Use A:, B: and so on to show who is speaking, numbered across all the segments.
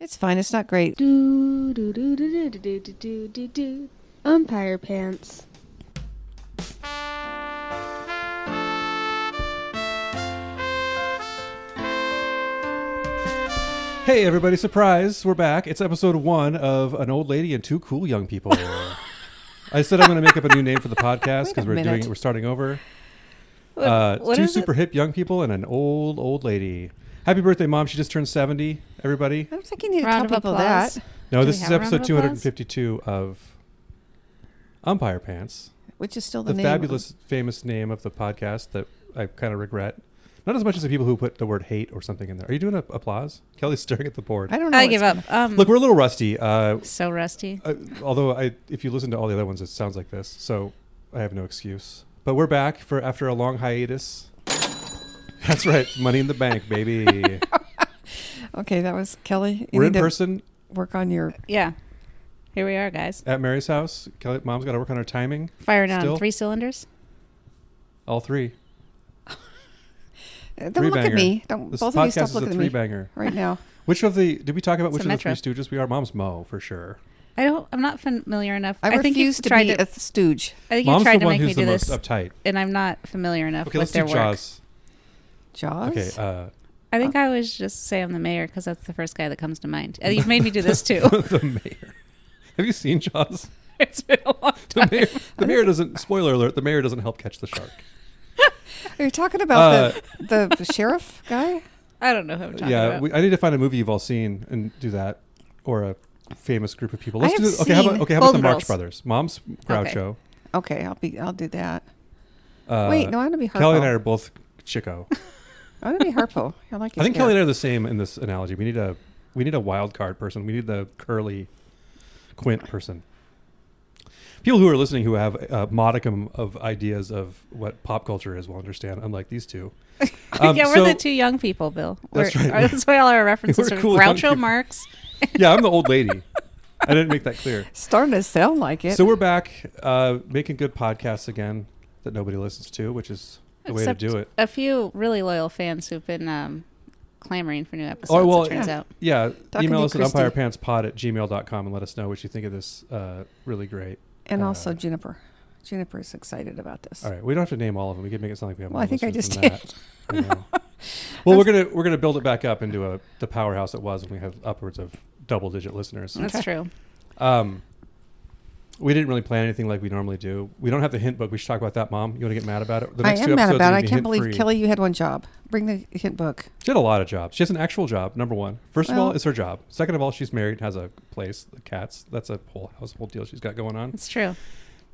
A: It's fine. It's not great.
B: Do do do do do do do do do do. Umpire pants.
C: Hey, everybody, surprise. We're back. It's episode one of An Old Lady and Two Cool Young People. I said I'm going to make up a new name for the podcast
A: Wait a
C: because we're doing
A: minute.
C: it. We're starting over.
A: What-
C: uh,
A: what
C: two
A: is it?
C: super hip young people and an old, old lady. Happy birthday, Mom. She just turned 70, everybody.
A: I don't think you need to
D: Round
A: tell
D: of
A: people
D: applause.
A: that.
C: No,
D: Do
C: this
D: we
C: is
D: have a round
C: episode
D: of
C: 252 of Umpire Pants,
A: Which is still the,
C: the
A: name.
C: fabulous, famous name of the podcast that I kind of regret. Not as much as the people who put the word hate or something in there. Are you doing a, applause? Kelly's staring at the board.
A: I don't know.
D: I
A: what's
D: give
A: going
D: up. Um,
C: Look, we're a little rusty. Uh,
D: so rusty.
C: Uh, although I, if you listen to all the other ones, it sounds like this. So I have no excuse. But we're back for after a long hiatus. That's right, Money in the Bank, baby.
A: on. Okay, that was Kelly. You
C: we're
A: need
C: in
A: to
C: person
A: Work on your.
D: Yeah. Here we are, guys.
C: at Mary's house. Kelly, Mom's got to work on her timing.
D: Firing
C: Still?
D: on three cylinders.
C: All three.
A: Uh, Don't look at
C: Three-banger.
A: me. Don't
C: This
A: both of you
C: podcast
A: stop
C: is a
A: looking at
C: three
A: me
C: banger.
A: right now.
C: Which of the did we talk about?
D: It's
C: Which of the
D: a
C: three Stooges we are? Mom's Mo for sure.
D: I don't. I'm not familiar enough.
A: I,
D: think you
A: refuse to
D: tried
A: be
D: to.
A: a stooge.
D: I think
C: Mom's
D: you tried
C: the
D: to
C: one
D: make
C: who's
D: me
C: the
D: do
C: most
D: this,
C: uptight.
D: and I'm not familiar enough
C: Okay,
D: with
C: let's
D: their
C: do
D: work.
C: Jaws.
A: Jaws.
C: Okay, uh,
D: I think I always just say I'm the mayor because that's the first guy that comes to mind. Uh, You've made me do this too.
C: the mayor. Have you seen Jaws?
D: it's been a long
C: The
D: time.
C: mayor, the mayor doesn't. Spoiler alert: the mayor doesn't help catch the shark. Uh,
A: Are you talking about the, the sheriff guy?
D: I don't know who I'm talking
C: yeah,
D: about.
C: we, I need to find a movie you've all seen and do that, or a famous group of people.
A: I
C: Let's do
A: have
C: this. Okay, how about
A: seen
C: okay? How about the
D: Golden
C: Marx
D: Girls.
C: Brothers? Mom's Groucho.
A: Okay, I'll be. I'll do that.
C: Uh,
A: Wait, no, I'm gonna be Harpo.
C: Kelly and I are both Chico.
A: I'm gonna be Harpo. I like.
C: I
A: his
C: think
A: hair.
C: Kelly and I are the same in this analogy. We need a we need a wild card person. We need the curly Quint person. People who are listening who have a modicum of ideas of what pop culture is will understand. Unlike these two. Um,
D: yeah, we're
C: so-
D: the two young people, Bill. We're, uh,
C: That's right.
D: That's why all our references
C: We're
D: are
C: cool young people.
D: Groucho Marx.
C: Yeah, I'm the old lady. I didn't make that clear.
A: Starting to sound like it.
C: So we're back uh, making good podcasts again that nobody listens to, which is the way to
D: Except
C: do it.
D: A few really loyal fans who've been um, clamoring for new episodes.
C: Oh, well,
D: it turns
A: yeah.
D: out.
C: Yeah.
A: Talking
C: email
A: to
C: us at
A: Christy.
C: umpirepantspod at gmail.com and let us know what you think of this uh, really great.
A: and
C: uh,
A: also Juniper. Juniper's excited about this.
C: All right. We don't have to name all of them. We can make it sound like we have
A: Well,
C: more
A: I think I
C: listeners
A: just
C: than that. I know. Well, we're gonna we're gonna build it back up into a the powerhouse it was when we had upwards of double digit listeners.
A: Mm.
D: That's true.
C: Um, we didn't really plan anything like we normally do. We don't have the hint book. We should talk about that, Mom. You want to get mad about it? The
A: I
C: two
A: am mad
C: episodes
A: about
C: are
A: it.
C: gonna
A: I
C: be
A: can't believe
C: hint-free.
A: Kelly, you had one job. Bring the hint book.
C: She had a lot of jobs. She has an actual job, number one. First of all,
A: Well-
C: it's her job. Second of all, she's married, has a place, the cats. That's a whole household deal she's got going on.
D: It's true.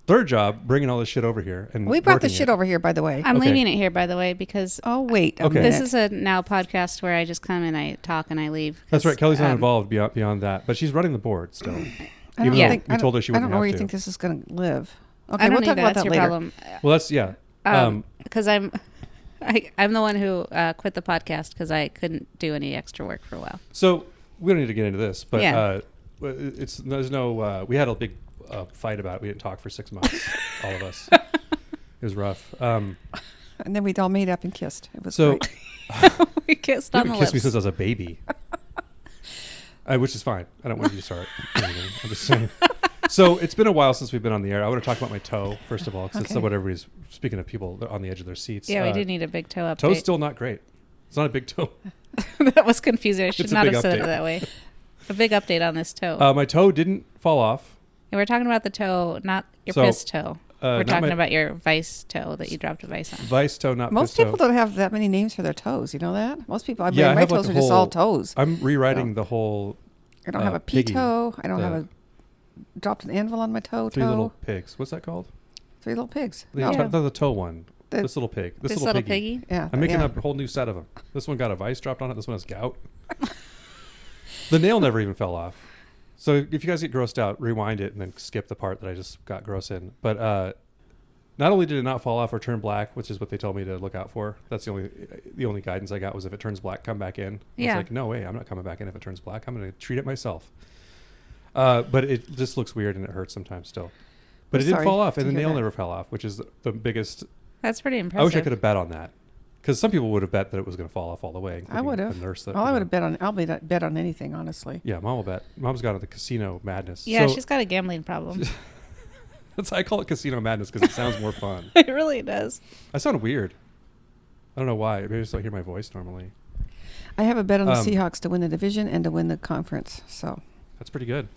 C: Third job, bringing all this shit over here. and
A: We brought the
C: working
A: shit
C: it.
A: over here, by the way.
D: I'm
C: Okay.
D: leaving it here, by the way, because
A: oh wait, a
C: Okay.
A: minute.
D: this is a now podcast where I just come and I talk and I leave. 'cause,
C: That's right. Kelly's not
D: um,
C: involved beyond, beyond that, but she's running the board still.
A: I don't
C: even
D: though
A: think
C: we
A: I don't-
C: told her
A: I
C: she wouldn't
A: don't know where
C: have
A: you
C: to.
A: think this is going to live.
D: I
A: Okay,
D: don't
A: we'll
D: need
A: talk
D: that.
A: about that
D: That's your
A: later.
D: problem.
C: well, that's, yeah. Um,
D: because I'm, I, I'm the one who uh, quit the podcast because I couldn't do any extra work for a while.
C: So we don't need to get into this, but
D: Yeah.
C: uh, w- it's there's no. Uh, we had a big uh, fight about. it. We didn't talk for six months, all of us. It was rough. Um,
A: And then we all made up and kissed. It was
C: so
A: great.
D: we kissed
C: you
D: on
C: haven't
D: the
C: kissed
D: lips.
C: me since I was a baby, uh, which is fine. I don't want you to start. anything. I'm just saying. So it's been a while since we've been on the air. I want to talk about my toe first of all, because
A: Okay.
C: it's what everybody's speaking of people that are on the edge of their seats.
D: yeah, we
C: uh,
D: do need a big toe update.
C: Toe's still not great. It's not a big toe.
D: that was confusing. I should
C: It's a
D: not
C: big
D: have said
C: update.
D: it that way. A big update on this toe.
C: Uh, my toe didn't fall off.
D: and we're talking about the toe, not your
C: So,
D: piss toe.
C: Uh,
D: we're
C: not
D: talking
C: my
D: about your vice toe that you dropped a vice on.
C: vice toe, not
A: Most
C: piss toe.
A: people don't have that many names for their toes. You know that? Most people, I mean,
C: Yeah, I
A: my
C: have, like,
A: toes
C: a
A: are just all
C: whole-
A: toes.
C: I'm rewriting the whole
A: I don't
C: uh,
A: have a pea
C: piggy,
A: toe. I don't have
C: the-
A: a dropped an anvil on my toe.
C: three
A: toe.
C: little pigs. What's that called?
A: three little pigs.
C: The,
A: No.
C: to- the- the toe one.
A: The-
C: this little pig. This,
D: This,
C: little,
D: little
C: piggy.
D: piggy.
A: Yeah,
C: I'm making
A: yeah.
C: up a whole new set of them. This one got a vice dropped on it. This one has gout. the nail never even fell off. So if you guys get grossed out, rewind it and then skip the part that I just got gross in. But uh, not only did it not fall off or turn black, which is what they told me to look out for. That's the only the only guidance I got was if it turns black, come back in.
D: Yeah.
C: It's like no way, I'm not coming back in if it turns black. I'm going to treat it myself. Uh, but it just looks weird and it hurts sometimes still. But
A: I'm
C: it didn't
A: sorry
C: fall off,
A: to
C: and the
A: hear
C: nail
A: that.
C: never fell off, which is the, the biggest.
D: That's pretty
C: I wish I
D: impressive.
C: could have bet on that. Because some people would have bet that it was going to fall off all the way.
A: I
C: including
A: would
C: The
A: have.
C: nurse that.
A: Well, I
C: you
A: would
C: know-
A: have bet on. I'll bet, bet on anything, honestly.
C: Yeah, mom will bet. Mom's got the casino madness.
D: Yeah,
C: so
D: she's got a gambling problem.
C: that's I call it casino madness because it sounds more fun.
D: it really does.
C: I sound weird. I don't know why. Maybe I just don't hear my voice normally.
A: I have a bet on the
C: Um,
A: Seahawks to win the division and to win the conference. So
C: That's pretty good.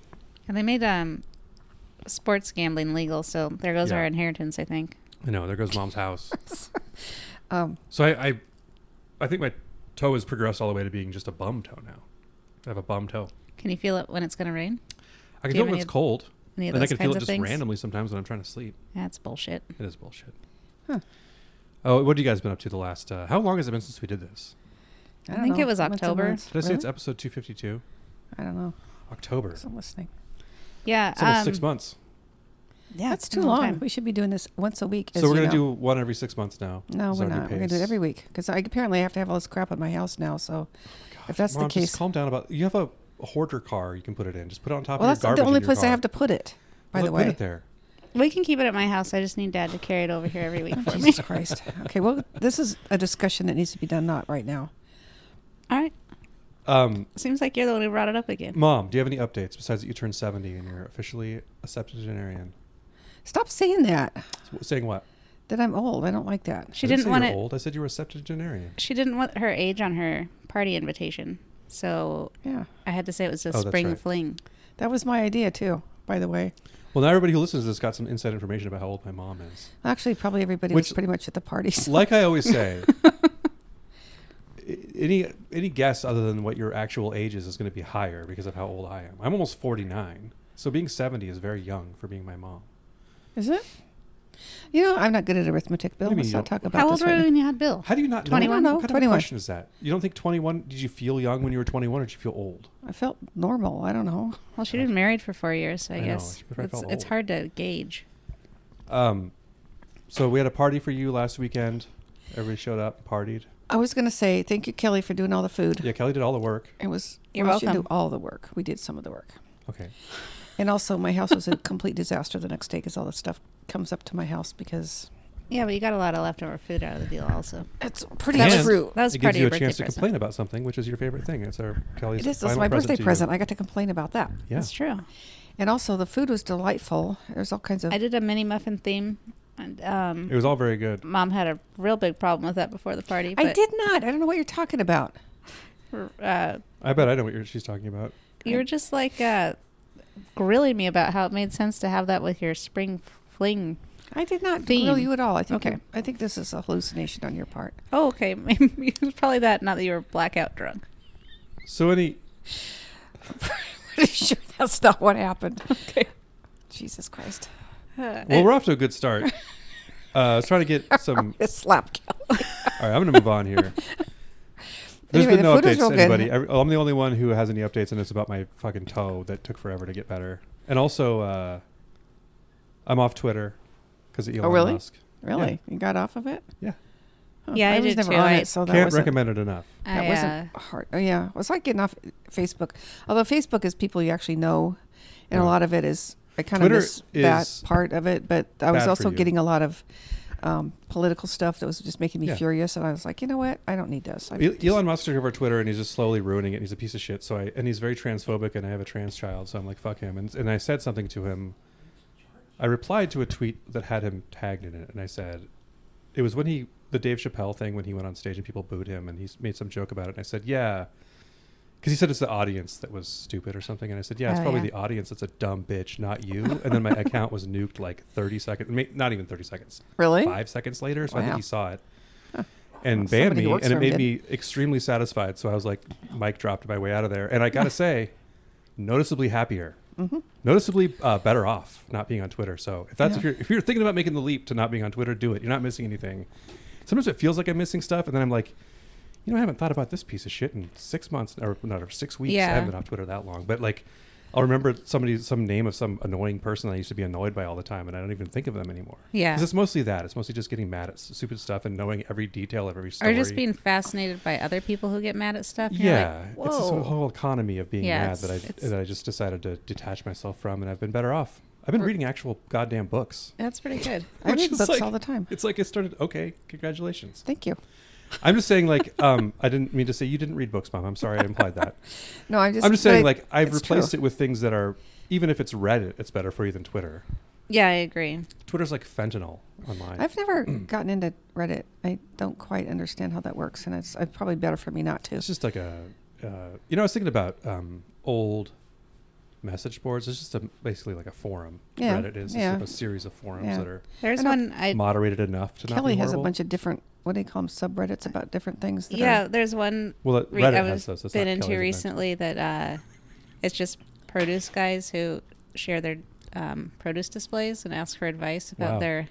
D: And they made um sports gambling legal, so there goes
C: Yeah.
D: our inheritance, I think.
C: I know. There goes mom's house.
A: um,
C: So I, I, I think my toe has progressed all the way to being just a bum toe now. I have a bum toe.
D: Can you feel it when it's going to rain?
C: I can feel
D: Do you have
C: it when
D: any
C: it's
D: of-
C: cold,
D: Any of
C: and I
D: those
C: can
D: kinds
C: feel it
D: of
C: just
D: things?
C: randomly sometimes when I'm trying to sleep.
D: That's bullshit.
C: It is bullshit.
A: Huh.
C: Oh, what have you guys been up to the last? Uh, how long has it been since we did this?
A: I,
D: I
A: don't
D: think
A: know,
D: it was
A: months and
D: October.
A: months.
C: Did I say it's
A: Really?
C: episode 252?
A: I don't know.
C: October. It's
A: I'm listening.
D: Yeah.
C: almost
D: um,
C: six months.
D: Yeah,
A: That's
D: it's been
A: too
D: a
A: long.
D: time.
A: We should be doing this once a week. As
C: So we're
A: you
C: gonna
A: know.
C: do one every six months now.
A: No,
C: Is
A: we're
C: our new
A: not. We're gonna do it
C: pace.
A: every week because I apparently have to have all this crap at my house now. So if that's
C: Oh Mom,
A: the case,
C: just calm down about. You have a hoarder car. You can put it in. Just put it on top
A: well,
C: of
A: that's
C: your garbage.
A: the only
C: in your
A: place I
C: car.
A: have to put it. By the
C: Well, then put
A: way,
C: it there.
D: We can keep it at my house. I just need Dad to carry it over here every week for me.
A: Jesus Christ. Okay, well, this is a discussion that needs to be done, not right now.
D: All right.
C: Um,
D: Seems like you're the one who brought it up again.
C: Mom, do you have any updates besides that you turned 70 and you're officially a septuagenarian?
A: Stop saying that.
C: S- Saying what?
A: That I'm old. I don't like that.
D: She
C: I
D: didn't
C: say
D: want
C: you're
D: it.
C: old. I said you were a septuagenarian.
D: She didn't want her age on her party invitation, so
A: Yeah,
D: I had to say it was a
C: Oh, that's
D: spring
C: right.
D: fling.
A: that was my idea too. By the way,
C: Well, now everybody who listens to this got some inside information about how old my mom is.
A: actually, probably everybody was
C: Which-
A: pretty much at the party. so-
C: Like I always say, i- any any guess other than what your actual age is is going to be higher because of how old I am. I'm almost 49, so being 70 is very young for being my mom.
A: Is it? You know, I'm not good at arithmetic, Bill.
C: What do you
A: Let's
C: mean you
A: not talk about
D: How
A: this.
D: old were
A: right
D: you
A: now.
D: when you had Bill?
C: How do you not know?
D: 21?
A: No,
C: What kind
A: 21.
C: of question is that? You don't think 21? Did you feel young when you were 21, or did you feel old?
A: I felt normal. I don't know.
D: Well, she'd been married for four years, so I,
C: I know,
D: guess
C: she probably
D: it's,
C: felt
D: it's
C: old.
D: hard to gauge.
C: Um, so we had a party for you last weekend. Everybody showed up, partied.
A: I was going to say thank you, Kelly, for doing all the food.
C: Yeah, Kelly did all the work.
A: It was.
D: You're
A: well, She didn't do
D: welcome.
A: all the work. We did some of the work,
C: Okay.
A: and also my house was a complete disaster the next day because all the stuff comes up to my house because
D: Yeah, but you got a lot of leftover food out of the deal, also.
A: it's pretty
C: That's
A: much true.
D: That was
C: it
D: part
C: gives
D: of
C: you
D: your
C: a
D: birthday
C: chance to
D: present.
C: complain about something, which is your favorite thing. It's our Kelly's
A: It is. It's
C: final
A: my birthday
C: to you.
A: present. I got to complain about that.
C: Yeah.
D: That's true.
A: And also, the food was delightful. There's all kinds of.
D: I did a mini muffin theme, and um,
C: It was all very good.
D: Mom had a real big problem with that before the party.
A: I
D: but,
A: did not. I don't know what you're talking about.
D: Uh,
C: I bet I know what you're, she's talking about.
D: you were just like uh, grilling me about how it made sense to have that with your spring fling.
A: I did not
D: Theme.
A: grill you at all. I think.
D: Okay.
A: Okay. I think this is a hallucination on your part.
D: Oh, okay. Maybe it was probably that. Not that you were blackout drunk.
C: So any
A: Pretty sure that's not what happened. Okay. Jesus Christ.
D: Uh,
C: well, we're off to a good start. Uh, I was trying to get some.
A: It's slap Kelly.
C: All right, I'm going to move on here. There's
A: Anyway,
C: been
A: the
C: no
A: food was
C: updates
A: real
C: to
A: good.
C: anybody. Every- I'm the only one who has any updates, and it's about my fucking toe that took forever to get better. And also, uh, I'm off Twitter because of Elon
A: Oh, really?
C: Musk.
A: Really? You got off of it?
C: Yeah.
A: Huh.
D: Yeah, I
A: was
D: did
A: never
D: too.
A: on
D: I
A: it, so that
C: Can't
A: wasn't,
C: recommend it enough.
A: That
D: I, uh,
A: wasn't hard. Oh yeah, it's like getting off Facebook. Although Facebook is people you actually know, and a
C: Right.
A: lot of it is. I kind of
C: Twitter
A: miss that
C: is
A: part of it, but I was
C: bad for
A: also
C: you.
A: getting a lot of um, political stuff that was just making me
C: Yeah.
A: furious, and I was like, you know what? I don't need this. I
C: El- E-, Elon Musk took over Twitter and he's just slowly ruining it. He's a piece of shit. So I and he's very transphobic and I have a trans child, so I'm like fuck him. And and I said something to him. I replied to a tweet that had him tagged in it, and I said, it was when he the Dave Chappelle thing when he went on stage and people booed him and he s- made some joke about it. And I said, yeah. Because he said it's the audience that was stupid or something, and I said, "Yeah, it's
D: Oh,
C: probably
D: yeah.
C: the audience that's a dumb bitch, not you." And then my account was nuked like thirty seconds, ma- not even thirty seconds,
A: really?
C: five seconds later. So I think
A: Wow.
C: he saw it and
A: Well,
C: banned
A: somebody who
C: me,
A: works
C: and it
A: for him
C: made me extremely satisfied. So I was like, Mike dropped my way out of there, and I gotta say, noticeably happier,
A: Mm-hmm.
C: noticeably uh, better off not being on Twitter. So if that's if,
A: Yeah.
C: you're, if you're thinking about making the leap to not being on Twitter, do it. You're not missing anything. Sometimes it feels like I'm missing stuff, and then I'm like. You know, I haven't thought about this piece of shit in six months or not or six weeks. I
D: Yeah.
C: haven't been off Twitter that long, but like, I'll remember somebody, some name of some annoying person I used to be annoyed by all the time, and I don't even think of them anymore.
D: Yeah.
C: 'Cause it's mostly that. It's mostly just getting mad at s- stupid stuff and knowing every detail of every story.
D: or just being fascinated by other people who get mad at stuff. and you're
C: yeah,
D: like,
C: it's this
D: Whoa.
C: whole economy of being
D: Yeah,
C: mad
D: it's-
C: that I
D: it's-
C: that I just decided to detach myself from, and I've been better off. I've been reading actual goddamn books.
D: That's pretty good.
A: I
C: which
A: read
C: is
A: books
C: like-
A: all the time.
C: It's like I started. Okay, congratulations.
A: Thank you.
C: I'm just saying, like, um, I didn't mean to say you didn't read books, mom. I'm sorry I implied that.
A: No, I'm just.
C: I'm just saying,
A: but
C: like, I've
A: it's
C: replaced
A: true.
C: it with things that are, even if it's Reddit, it's better for you than Twitter.
D: Yeah, I agree.
C: Twitter's like fentanyl online.
A: I've never gotten into Reddit. I don't quite understand how that works, and it's, it's probably better for me not to.
C: it's just like a, uh, you know, I was thinking about um, old message boards. It's just a, basically like a forum.
A: Yeah,
C: Reddit is
A: yeah.
C: It's a series of forums
A: Yeah.
C: that are
D: There's
A: I know-
D: one I
C: moderated enough to not
A: Kelly
C: be
A: has a
C: horrible.
A: bunch of different. What do you call them? Subreddits about different things. That
D: yeah.
A: Are,
D: There's one
C: Well, it-
D: re-
C: Reddit
D: I've
C: has those. It's
D: been
C: not
D: into
C: Kelly's
D: recently that uh, it's just produce guys who share their um, produce displays and ask for advice about
C: Wow.
D: their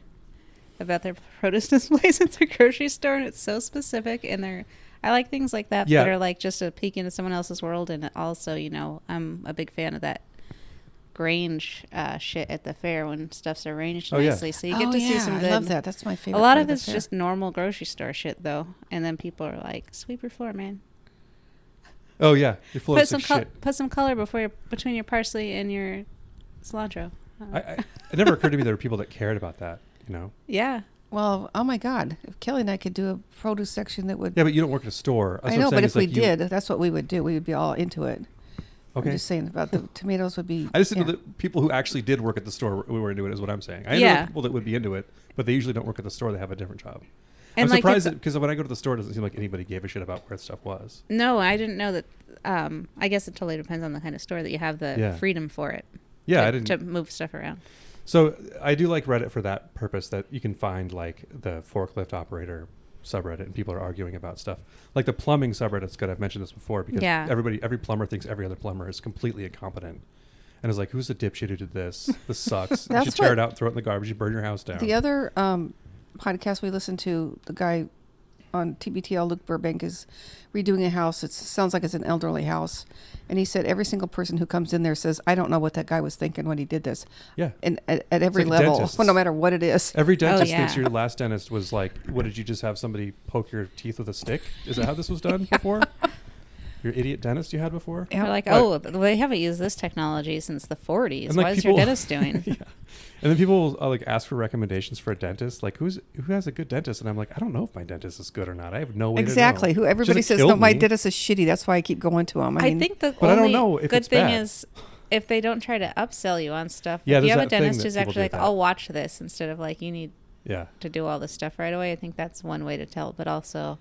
D: about their produce displays at the grocery store, and it's so specific. And they're I like things like that
C: Yeah.
D: that are like just a peek into someone else's world, and also you know I'm a big fan of that. Grange uh, shit at the fair when stuff's arranged
C: Oh, yeah.
D: nicely, so you get
A: oh,
D: to
A: yeah,
D: see some
A: I
D: good
A: love that. That's my favorite.
D: a lot
A: part
D: of it's
A: the fair.
D: just normal grocery store shit, though. And then people are like, "Sweep your floor, man.
C: Oh yeah, you full
D: Put
C: of
D: some
C: sick
D: col-
C: shit.
D: put some color before your between your parsley and your cilantro." Um,
C: I, I, it never occurred to me there were people that cared about that. You know.
D: Yeah,
A: Well, oh my God! If Kelly and I could do a produce section that would.
C: Yeah, but you don't work at a store.
A: I
C: That's what I'm
A: know, but
C: saying
A: if
C: is, like,
A: we
C: you-
A: did, that's what we would do. We would be all into it.
C: okay.
A: I'm just saying about the tomatoes would be.
C: I just think
A: yeah.
C: that people who actually did work at the store were- were into it is what I'm saying. I know
D: Yeah.
C: people that would be into it, but they usually don't work at the store. They have a different job.
D: and
C: I'm
D: like
C: surprised
D: it's-
C: because when I go to the store, it doesn't seem like anybody gave a shit about where stuff was.
D: no, I didn't know that. Um, I guess it totally depends on the kind of store that you have the
C: Yeah.
D: freedom for it.
C: Yeah,
D: to,
C: I didn't.
D: to move stuff around.
C: So I do like Reddit for that purpose that you can find like the forklift operator subreddit and people are arguing about stuff. Like the plumbing subreddit's good. I've mentioned this before because
D: Yeah.
C: everybody every plumber thinks every other plumber is completely incompetent. And is like, who's the dipshit who did this? This sucks. you
A: That's
C: should tear
A: what-
C: it out, throw it in the garbage, you burn your house down.
A: The other um, podcast we listened to, the guy on TBTL, Luke Burbank, is redoing a house. It sounds like it's an elderly house. And he said every single person who comes in there says, I don't know what that guy was thinking when he did this.
C: yeah.
A: And at, at every
C: like
A: level,
C: dentists.
A: no matter what it is.
C: Every dentist
D: yeah.
C: thinks your last dentist was like, what did you just have somebody poke your teeth with a stick? Is that how this was done before? Your idiot dentist you had before?
A: Yeah.
D: They're like,
C: Right.
D: "Oh, they haven't used this technology since the 40s.
C: And, like,
D: Why is
C: people-
D: your dentist doing?"
C: yeah. And then people will uh, like ask for recommendations for a dentist. Like, who's who has a good dentist? And I'm like, I don't know if my dentist is good or not. I have no way.
A: Exactly.
C: To know.
A: Who everybody
C: She's like,
A: says,
C: "Kill
A: no, my
C: me."
A: dentist is shitty. That's why I keep going to him. I,
D: I,
A: mean,
D: think the
C: But I don't
D: only
C: know if
D: good
C: it's
D: thing
C: bad.
D: is if they don't try to upsell you on stuff.
C: Yeah,
D: if you
C: there's
D: have a
C: that thing
D: dentist
C: that
D: who's
C: people do
D: actually like,
C: that.
D: "I'll watch this," instead of like, "You need
C: Yeah.
D: to do all this stuff right away." I think that's one way to tell. But also,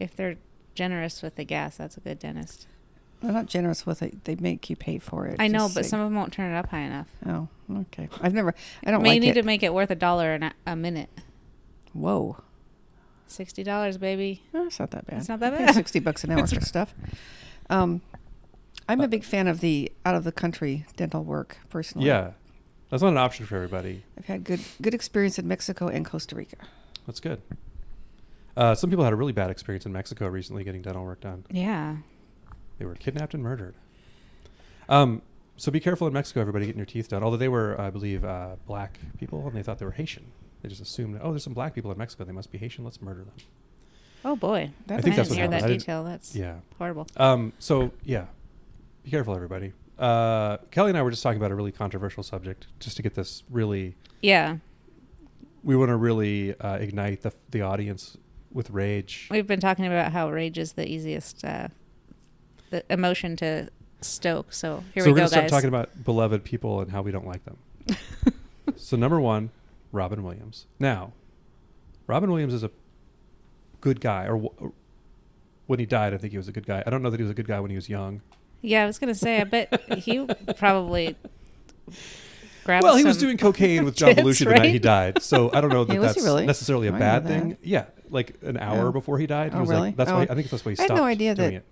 D: if they're generous with the gas, that's a good dentist.
A: they're not generous with it. They make you pay for it.
D: I know,
A: Just
D: but
A: say-
D: some of them won't turn it up high enough.
A: Oh, okay. I've never, I don't
D: I mean,
A: like
D: you need
A: it.
D: to make it worth a dollar an- a minute.
A: Whoa.
D: Sixty dollars, baby.
A: Oh, it's not that bad.
D: It's not that
A: I pay
D: bad.
A: Sixty bucks an hour for stuff. Um,
C: Uh,
A: I'm a big fan of the out of the country dental work personally.
C: Yeah. That's not an option for everybody.
A: I've had good good experience in Mexico and Costa Rica.
C: That's good. Uh, some people had a really bad experience in Mexico recently getting dental work done.
D: Yeah,
C: They were kidnapped and murdered. Um, so be careful in Mexico, everybody, getting your teeth done. Although they were, I believe, uh, black people, and they thought they were Haitian. They just assumed, oh, there's some black people in Mexico. They must be Haitian. Let's murder them.
D: Oh boy,
A: That
C: I think
A: was-
C: that's what
D: didn't hear
C: happened.
D: that
C: I didn't-
D: detail. That's
C: Yeah.
D: horrible.
C: Um, so yeah, be careful, everybody. Uh, Kelly and I were just talking about a really controversial subject, just to get this really.
D: Yeah,
C: We want to really uh, ignite the the audience with rage.
D: We've been talking about how rage is the easiest uh, the emotion to stoke. So here
C: so
D: we
C: we're
D: go,
C: gonna start
D: guys.
C: talking about beloved people and how we don't like them. so number one, Robin Williams. Now, Robin Williams is a good guy, or w- when he died, I think he was a good guy. I don't know that he was a good guy when he was young.
D: yeah, I was gonna say. I bet he probably grabbed.
C: well, he was
D: some-
C: doing cocaine with John
D: kids,
C: Belushi the night he
D: right?
C: died, so I don't know that
A: Yeah, was he
C: that's
A: really?
C: necessarily a
A: I
C: bad
A: didn't know
C: thing. Yeah, like an hour
A: Oh.
C: before he died, he
A: Oh,
C: was
A: really?
C: like, "That's
A: Oh.
C: why." I think that's why he
A: I had
C: stopped
A: no idea
C: doing
A: that-
C: it.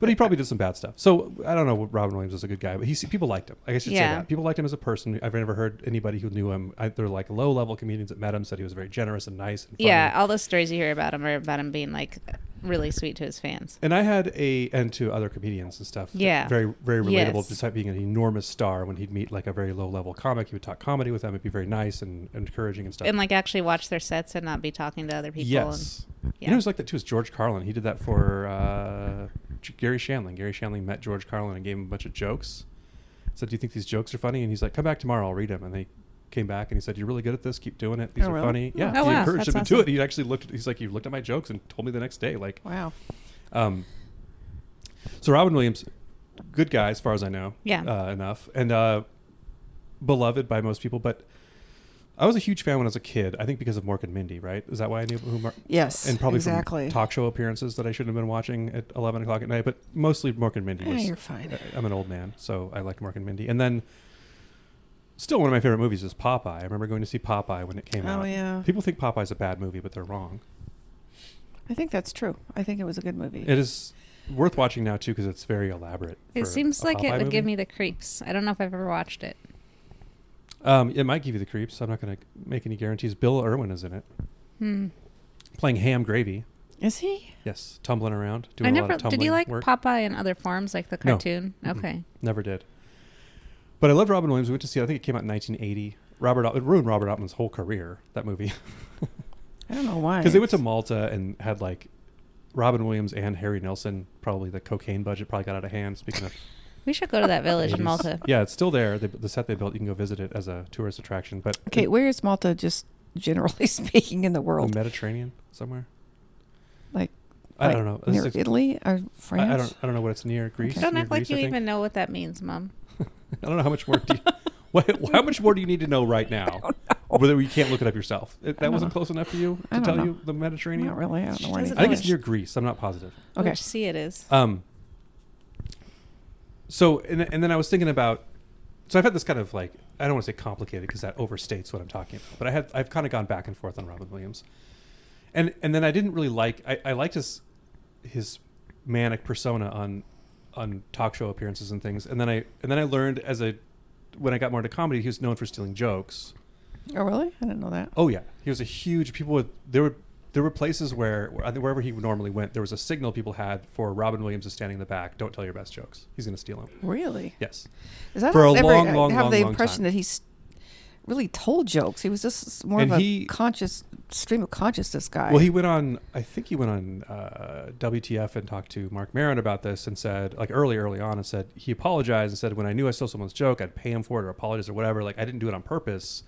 C: But he probably did some bad stuff. So I don't know. if Robin Williams was a good guy, but he people liked him. I guess you'd say
D: Yeah.
C: that people liked him as a person. I've never heard anybody who knew him. I, they're like low level comedians that met him said he was very generous and nice. And funny.
D: Yeah, all those stories you hear about him are about him being like really sweet to his fans.
C: And I had a and to other comedians and stuff.
D: Yeah.
C: Very very relatable.
D: Yes.
C: Despite being an enormous star, when he'd meet like a very low level comic, he would talk comedy with them. It'd be very nice and encouraging and stuff.
D: And like actually watch their sets and not be talking to other people.
C: Yes. You know,
D: yeah.
C: it was like that too. Is George Carlin? He did that for uh, G- Gary Shanley. Gary Shanley met George Carlin and gave him a bunch of jokes. Said, "Do you think these jokes are funny?" And he's like, "Come back tomorrow. I'll read them." And they came back and he said, "You're really good at this. Keep doing it. These
A: Oh,
C: are
A: really?
C: funny." Yeah,
D: Oh,
C: he
D: wow.
C: encouraged
D: That's
C: him to do
D: awesome.
C: it. He actually looked. At, he's like, "You looked at my jokes and told me the next day." Like,
A: Wow.
C: um, so Robin Williams, good guy as far as I know.
D: Yeah.
C: Uh, enough and uh, beloved by most people, but. I was a huge fan when I was a kid. I think because of Mork and Mindy, right? Is that why I knew who Mark?
A: Yes.
C: and probably
A: exactly.
C: from talk show appearances that I shouldn't have been watching at eleven o'clock at night. But mostly Mork and Mindy.
A: Eh,
C: Was,
A: you're fine.
C: I- I'm an old man, so I liked Mork and Mindy. And then, still one of my favorite movies is Popeye. I remember going to see Popeye when it came out.
A: Oh yeah.
C: People think Popeye's a bad movie, but they're wrong.
A: I think that's true. I think it was a good movie.
C: It is worth watching now too because it's very elaborate.
D: It
C: for
D: seems
C: a
D: like it
C: Popeye
D: would give
C: movie.
D: me the creeps. I don't know if I've ever watched it.
C: Um, it might give you the creeps. I'm not going to make any guarantees. Bill Irwin is in it,
D: Hmm.
C: playing Ham Gravy.
A: Is he?
C: Yes, tumbling around, doing
D: I
C: a
D: never
C: lot of tumbling
D: did. You like
C: work.
D: Popeye in other forms, like the
C: No.
D: cartoon?
C: Mm-mm.
D: Okay.
C: Never did. But I loved Robin Williams. We went to see. it. I think it came out in 1980. Robert Al- it ruined Robert Altman's whole career. That movie
A: I don't know why.
C: because they went to Malta and had like Robin Williams and Harry Nelson. Probably the cocaine budget probably got out of hand. Speaking of
D: We should go to that village
C: 80s.
D: in Malta.
C: yeah, it's still there. They, the set they built, you can go visit it as a tourist attraction. But
A: Okay,
C: in
A: where is Malta? Just generally speaking, in the
C: the
A: world,
C: Mediterranean somewhere.
A: Like-
C: I
A: like
C: don't know. This
A: near
C: is-
A: Italy or
C: I-
A: France?
C: I, don't. I don't know what it's near. Greece.
A: Okay.
D: Don't
C: near
D: act like
C: Greece,
D: you
C: I think.
D: even know what that means, Mom.
C: I don't know how much more. Do you, what, how much more do you need to know right now? Whether you can't look it up yourself. It, that
A: don't
C: wasn't
A: know.
C: close enough for you
A: I don't
C: to tell
A: know.
C: you the Mediterranean.
A: Not really. I don't know where. anything
D: She doesn't
C: I think
A: is.
C: it's near Greece. I'm not positive.
A: Okay.
D: Which sea it is.
C: Um. So and and then I was thinking about. So I've had this kind of like I don't want to say complicated because that overstates what I'm talking about. But I had I've kind of gone back and forth on Robin Williams, and and then I didn't really like I, I liked his his manic persona on on talk show appearances and things. And then I and then I learned as a when I got more into comedy, he was known for stealing jokes.
A: Oh really? I didn't know that.
C: Oh yeah, he was a huge people. Would, there were there were places where I think wherever he normally went, there was a signal people had for Robin Williams is standing in the back. Don't tell your best jokes. He's going to steal them.
A: Really?
C: Yes,
A: Is that
C: For a
A: ever,
C: long,
A: I
C: long,
A: have
C: long,
A: the
C: long
A: impression
C: time.
A: that he's really told jokes. He was just more
C: And
A: of a
C: he-
A: conscious stream of consciousness guy.
C: Well, he went on. I think he went on uh, WTF and talked to Mark Maron about this and said, like early, early on, and said he apologized and said when I knew I stole someone's joke, I'd pay him for it or apologize or whatever. Like I didn't do it on purpose.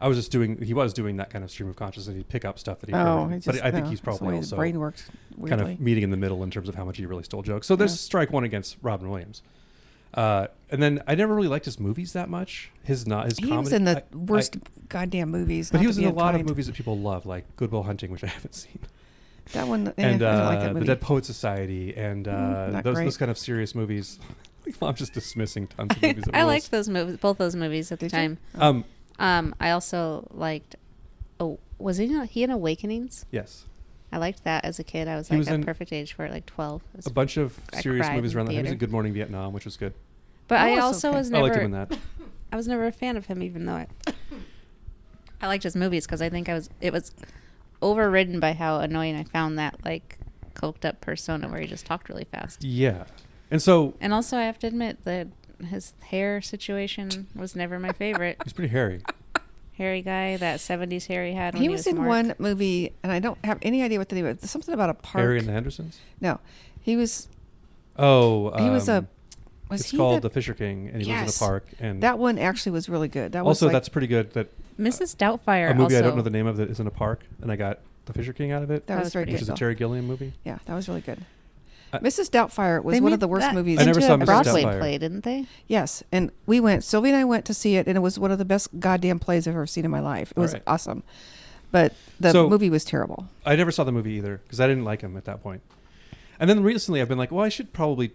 C: I was just doing. He was doing that kind of stream of consciousness. He'd pick up stuff that he.
A: oh,
C: heard.
A: he just,
C: but I think
A: no, that's
C: he's
A: the
C: probably
A: way his
C: also
A: brain works weirdly.
C: kind of meeting in the middle in terms of how much he really stole jokes. So there's
A: Yeah.
C: strike one against Robin Williams. Uh, and then I never really liked his movies that much. His not his
A: he
C: comedy.
A: was in the
C: I- I-
A: worst goddamn movies.
C: but
A: not
C: he
A: to
C: was
A: be
C: in a lot of
A: unkind.
C: movies that people love, like Goodwill Hunting, which I haven't seen,
A: That one, eh,
C: and
A: I
C: uh,
A: didn't like that
C: the
A: movie. Mm,
C: Dead Poet Society, and uh,
A: not
C: those
A: great.
C: those kind of serious movies. I'm just dismissing tons of movies. at
D: I
C: once.
D: liked those movies, both those movies at the
A: Did you?
D: time.
C: Um,
D: Um, I also liked. Oh, was he in, he in Awakenings?
C: yes,
D: I liked that as a kid. I was
C: He
D: like
C: was
D: a
C: in-
D: perfect age for it, like twelve. It was-
C: a bunch of
D: I
C: serious
D: cried
C: movies
D: in
C: around that. He was in
D: theater.
C: Good Morning Vietnam, which was good.
D: but
A: Oh,
D: I
A: it's
D: also
A: okay.
D: was
C: I liked him in
D: never.
C: that.
D: I was never a fan of him, even though I. I liked his movies because I think I was. It was overridden by how annoying I found that like coked up persona where he just talked really fast.
C: Yeah, and so
D: And also, I have to admit that his hair situation was never my favorite.
C: he's pretty hairy.
D: hairy guy that '70s hair he had. When
A: He was in
D: Mark.
A: one movie, and I don't have any idea what the name was. Something about a park.
C: Harry and the Hendersons.
A: no, he was.
C: Oh,
A: He was a.
C: um,
A: Was
C: it's
A: he
C: called
A: the,
C: The Fisher King, and he lives
A: Yes.
C: in a park. And
A: that one actually was really good. That was
C: also,
A: like-
C: that's pretty good. That
D: Mrs. Doubtfire.
C: a movie
D: also,
C: I don't know the name of that is in a park, and I got The Fisher King out of
A: that,
C: it,
D: that
A: was,
D: was
A: very
D: pretty
A: good.
C: which is a
A: though.
C: Terry Gilliam movie.
A: Yeah, that was really good.
C: I-
A: Mrs. Doubtfire was
D: They
A: one
D: made
A: of the worst
D: that
A: movies.
C: I never
D: into
C: saw
D: a
C: Mrs.
D: Broadway
C: Doubtfire.
D: play, didn't they?
A: Yes, and we went. Sylvie and I went to see it, and it was one of the best goddamn plays I've ever seen in my life. It
C: All
A: was
C: right.
A: awesome, but the
C: So-
A: movie was terrible.
C: I never saw the movie either because I didn't like him at that point. And then recently, I've been like, well, I should probably.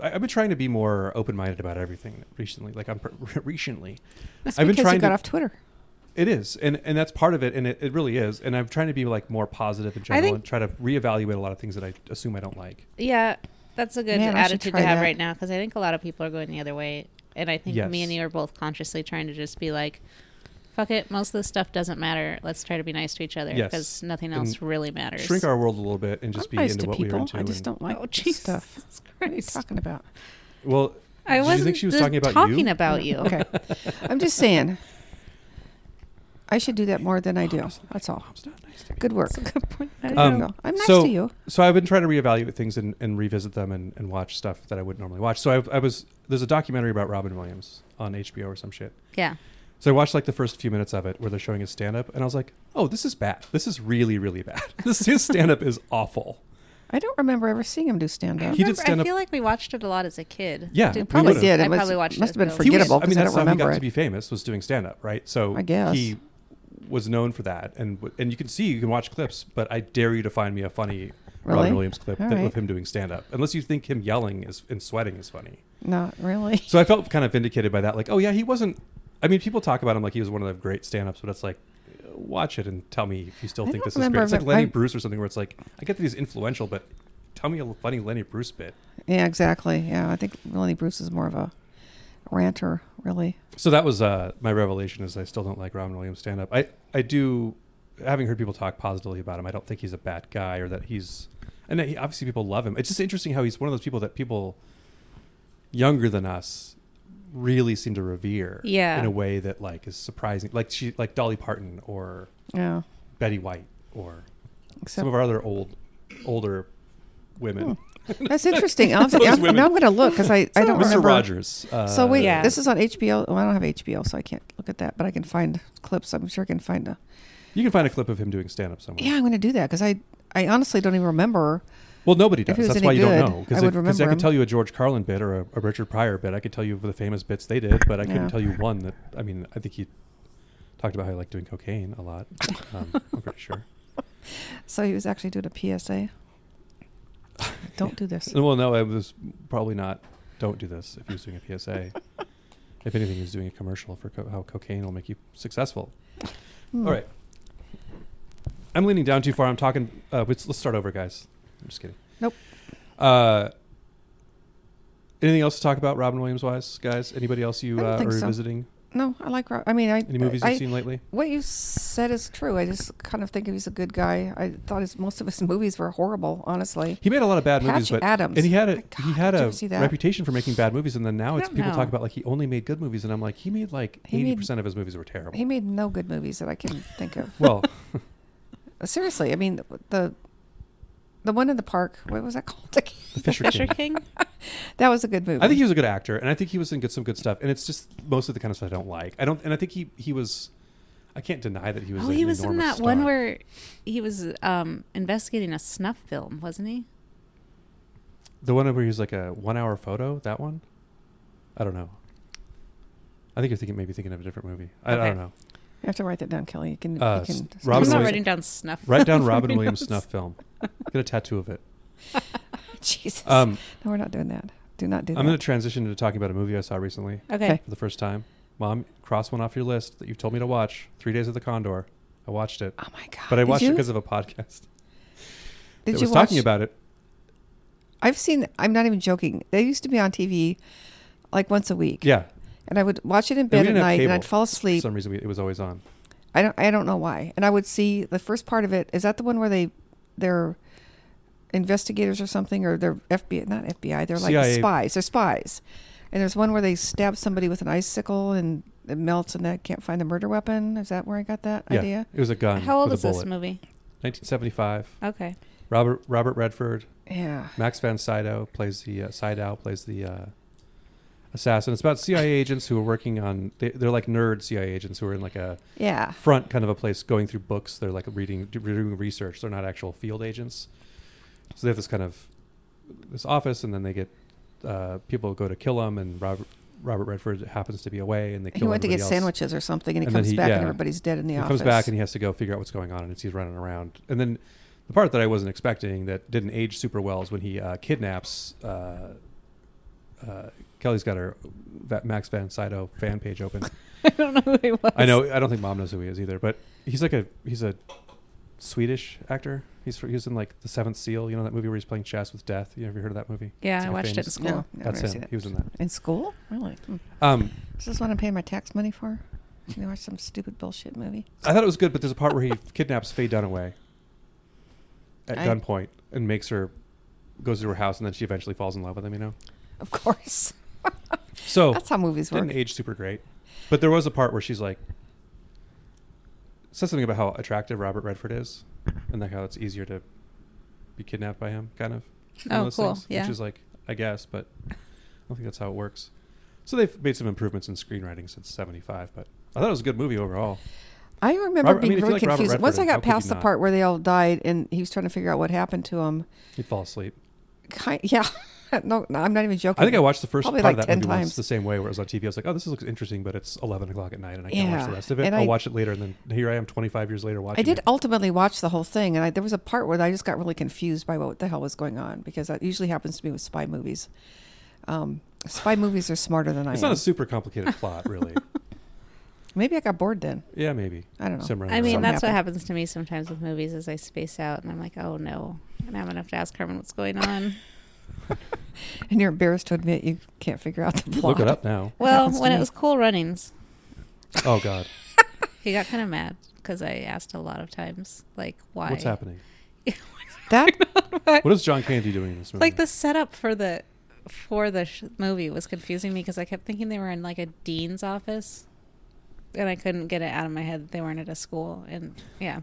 C: I, I've been trying to be more open-minded about everything recently. Like I'm per- recently,
A: That's
C: I've been
A: because
C: trying
A: you got
C: to-
A: off Twitter.
C: it is, and and that's part of it, and it, it really is. And I'm trying to be like more positive in general
D: think-
C: and try to reevaluate a lot of things that I assume I don't like.
D: Yeah, that's a good
A: Man, I should
D: attitude
A: try
D: to have
A: that.
D: right now because I think a lot of people are going the other way, and I think me
C: Yes.
D: and you are both consciously trying to just be like, "Fuck it, most of this stuff doesn't matter. Let's try to be nice to each other
C: Yes.
D: because nothing
C: And
D: else really matters."
C: Shrink our world a little bit and just
A: I'm
C: be
A: nice
C: into
A: to
C: what
A: people.
C: we are into.
A: I just
C: and-
A: don't like
D: oh,
A: this
D: Jesus
A: stuff. What are you
D: Christ.
A: talking about?
C: Well,
D: I
C: did
D: wasn't
C: you think she was
D: just
C: talking about you?
D: talking about you.
A: Okay, I'm just saying. I should do that more than I do. That's all.
C: Mom's not nice to me.
A: Good work.
D: Good point. I
A: Good
D: know.
C: Um,
A: girl. I'm nice
C: so-
A: to you.
C: so I've been trying to reevaluate things and, and revisit them and, and watch stuff that I wouldn't normally watch. So I, I was there's a documentary about Robin Williams on HBO or some shit,
D: yeah,
C: So I watched like the first few minutes of it where they're showing his stand up, and I was like, oh, this is bad. This is really, really bad. This his stand up is awful.
A: I don't remember ever seeing him do stand up.
C: He did
D: Remember,
C: stand
D: I
C: up-
D: feel like we watched it a lot as a kid.
C: Yeah, we
D: did
A: Probably
C: would've.
A: did. It
D: I
A: was-
D: probably watched.
A: must have
D: it
A: been
D: as a
C: He
D: kid.
C: was-
A: forgettable.
C: I
A: 'cause
C: mean,
A: I
C: that's
A: don't
C: how he got
A: remember
C: to
A: it.
C: be famous was doing stand up, right? So
A: I guess.
C: he was known for that, and w- and you can see you can watch clips, but I dare you to find me a funny
A: Really?
C: Robin Williams clip
A: All
C: that-
A: right.
C: of him doing stand up, unless you think him yelling is and sweating is funny.
A: Not really.
C: So I felt kind of vindicated by that. Like, oh yeah, he wasn't. I mean, people talk about him like he was one of the great stand ups, but it's like. uh, Watch it and tell me if you still
A: I don't
C: think this is
A: remember
C: great. It's like
A: if it-
C: Lenny
A: I-
C: Bruce or something where it's like, I get that he's influential, but tell me a funny Lenny Bruce bit.
A: Yeah, exactly. Yeah, I think Lenny Bruce is more of a ranter, really.
C: So that was uh, my revelation. Is I still don't like Robin Williams stand up. I I do, having heard people talk positively about him, I don't think he's a bad guy or that he's, and that he, obviously people love him. It's just interesting how he's one of those people that people younger than us really seem to revere.
D: Yeah.
C: In a way that like is surprising, like she like Dolly Parton or
A: Yeah.
C: Betty White or
A: Except
C: some of our other old older women.
A: that's interesting. I'll have to,
C: Those
A: I'm,
C: women.
A: now I'm going to look because Hmm. I, I don't
C: Mr.
A: remember.
C: Rogers. Uh,
A: So wait,
D: Yeah.
A: this is on HBO. Oh, I don't have HBO, so I can't look at that. But I can find clips. I'm sure I can find a.
C: you can find a clip of him doing stand up somewhere.
A: Yeah, I'm going to do that because I I honestly don't even remember.
C: Well, nobody does.
A: he was
C: That's
A: any
C: why you
A: good,
C: don't know.
A: I
C: Because
A: would
C: I
A: remember him.
C: could tell you a George Carlin bit or a, a Richard Pryor bit. I could tell you the famous bits they did, but I couldn't
A: Yeah.
C: tell you one that. I mean, I think he talked about how he liked doing cocaine a lot. Um, I'm pretty sure.
A: So he was actually doing a PSA. Don't do this.
C: Well, no, it was probably not. Don't do this if he was doing a PSA. if anything, he was doing a commercial for co- how cocaine will make you successful.
A: Hmm.
C: All right. I'm leaning down too far. I'm talking. Uh, let's, let's start over, guys. I'm just kidding.
A: Nope.
C: Uh, anything else to talk about, Robin Williams wise, guys? Anybody else you
A: I don't
C: uh, are
A: think so.
C: revisiting?
A: No, I like. Rob. I mean, I.
C: Any movies
A: I,
C: you've seen lately?
A: What you said is true. I just kind of think he's a good guy. I thought his, most of his movies were horrible, honestly.
C: He made a lot of bad movies,
A: Patch
C: but
A: Adams.
C: and he had a
A: My God,
C: he had
A: did you
C: a
A: ever see that?
C: reputation for making bad movies, and then now
D: I
C: it's
D: don't
C: people
D: know.
C: talk about like he only made good movies, and I'm like he made like
A: He made-
C: eighty percent of his movies were terrible.
A: He made no good movies that I can think of.
C: well,
A: Seriously, I mean the the one in the park. What was that called? again?
C: The Fisher,
D: Fisher
C: King.
D: King.
A: that was a good movie.
C: I think he was a good actor, and I think he was in good some good stuff. And it's just most of the kind of stuff I don't like. I don't, and I think he he was. I can't deny that he was.
D: Oh,
C: like,
D: he
C: an
D: was in
C: enormous
D: that one
C: star.
D: where he was um, investigating a snuff film, wasn't he?
C: the one where he was like a one-hour photo. That one. I don't know. I think you're thinking maybe thinking of a different movie. I, I
D: Okay.
C: don't know.
A: You have to write that down, Kelly. You can.
C: Uh,
A: you can
C: s- Robin
D: I'm not
C: Williams-
D: writing down snuff.
C: Write down
D: from my
C: Robin Williams
D: notes.
C: snuff film. Get a tattoo of it.
A: Jesus.
C: Um,
A: no, we're not doing that. Do not do
C: I'm
A: that.
C: going to transition into talking about a movie I saw recently
D: Okay.
C: for the first time. Mom, cross one off your list that you've told me to watch. Three Days of the Condor. I watched it,
A: oh my god!
C: but I
A: Did
C: watched it
A: you?
C: because of a podcast
A: Did you
C: that was
A: watch?
C: talking about it.
A: I've seen. I'm not even joking. They used to be on TV, like once a week.
C: Yeah,
A: And I would watch it in
C: we
A: bed at
C: didn't have
A: night, and
C: cable.
A: I'd fall
C: for
A: asleep.
C: some reason we, it was always on.
A: I don't. I don't know why. And I would see the first part of it. Is that the one where they, they're investigators or something, or they're FBI? Not FBI. They're like
C: CIA.
A: spies. They're spies. And there's one where they stab somebody with an icicle and it melts, and they can't find the murder weapon. Is that where I got that
C: Yeah,
A: idea?
C: it was a gun.
D: How old
C: with
D: is
C: a
D: this
C: bullet.
D: movie?
C: 1975.
D: Okay.
C: Robert Robert Redford,
A: Yeah.
C: Max Van Sydow plays the uh, Sydow plays the uh, assassin. It's about CIA agents who are working on. They, they're like nerd CIA agents who are in like a
A: Yeah.
C: front kind of a place going through books. They're like reading do- doing research. They're not actual field agents. So they have this kind of this office, and then they get uh, people go to kill him, and Robert, Robert Redford happens to be away, and they kill
A: He went to get
C: everybody else.
A: sandwiches or something, and he
C: And then
A: comes
C: he-
A: back, and
C: yeah.
A: everybody's dead in the
C: he
A: office.
C: comes back and he has to go figure out what's going on, and it's he's running around. And then the part that I wasn't expecting that didn't age super well is when he uh, kidnaps. Uh, uh, Kelly's got her Va- Max Van Sydow fan page open.
D: I don't know who he was.
C: I know. I don't think mom knows who he is either. But he's like a he's a Swedish actor. He's fr- he was in like The Seventh Seal. You know that movie where he's playing chess with death. You ever heard of that movie?
D: Yeah,
C: It's
D: I
C: like
D: watched it in
C: famous-
D: school.
A: No,
C: That's
A: never
C: him.
A: seen it.
C: He was in that.
A: in school. Really? Hmm.
C: Um,
A: Is this what I'm paying my tax money for? Can you watch some stupid bullshit movie?
C: I thought it was good, but there's a part where he kidnaps Faye Dunaway at
A: I-
C: gunpoint and makes her goes to her house, and then she eventually falls in love with him. You know.
A: Of course.
C: So
A: That's how movies work.
C: Oh. didn't age super great, but there was a part where she's like says something about how attractive Robert Redford is, and like how it's easier to be kidnapped by him, kind of. one of
D: Oh,
C: those
D: cool. Yeah.
C: Which is like, I guess, but I don't think that's how it works. So they've made some improvements in screenwriting since '75, but I thought it was a good movie overall.
A: I remember
C: Robert- I
A: being
C: mean, if you
A: very
C: like Robert
A: confused.
C: Redford,
A: Once I
C: how
A: got
C: could you
A: past the
C: not?
A: part where they all died and he was trying to figure out what happened to him,
C: You'd fall asleep.
A: kind, yeah, no, no, I'm not even joking.
C: I think I watched the first
A: Probably
C: part
A: like
C: of that
A: 10
C: movie once
A: times.
C: the same way, where it was on TV. I was like, "Oh, this looks interesting," but it's eleven o'clock at night, and I can't watch
A: Yeah.
C: the rest of it.
A: And
C: I'll
A: I-
C: watch it later, and then here I am, twenty-five years later, watching.
A: I did
C: It.
A: ultimately watch the whole thing, and I, there was a part where I just got really confused by what the hell was going on because that usually happens to me with spy movies. Um, spy movies are smarter than I
C: It's
A: am.
C: not a super complicated plot, really.
A: Maybe I got bored then.
C: Yeah, maybe.
A: I don't know.
C: Simran
D: I
C: or uh,
D: mean,
C: something.
D: that's what
A: happened.
D: happens to me sometimes with movies is I space out and I'm like, oh no. And I'm gonna have to ask Carmen what's going on.
A: And you're embarrassed to admit you can't figure out the plot.
C: Look it up now.
D: well,
A: happens to
D: when it
A: me.
D: was Cool Runnings,
C: Oh God,
D: he got kind of mad because I asked a lot of times, like, why?
C: what's happening?
A: That
C: What is John Candy doing in this movie?
D: like the setup for the for the sh- movie was confusing me because I kept thinking they were in like a dean's office, and I couldn't get it out of my head that they weren't at a school. And yeah,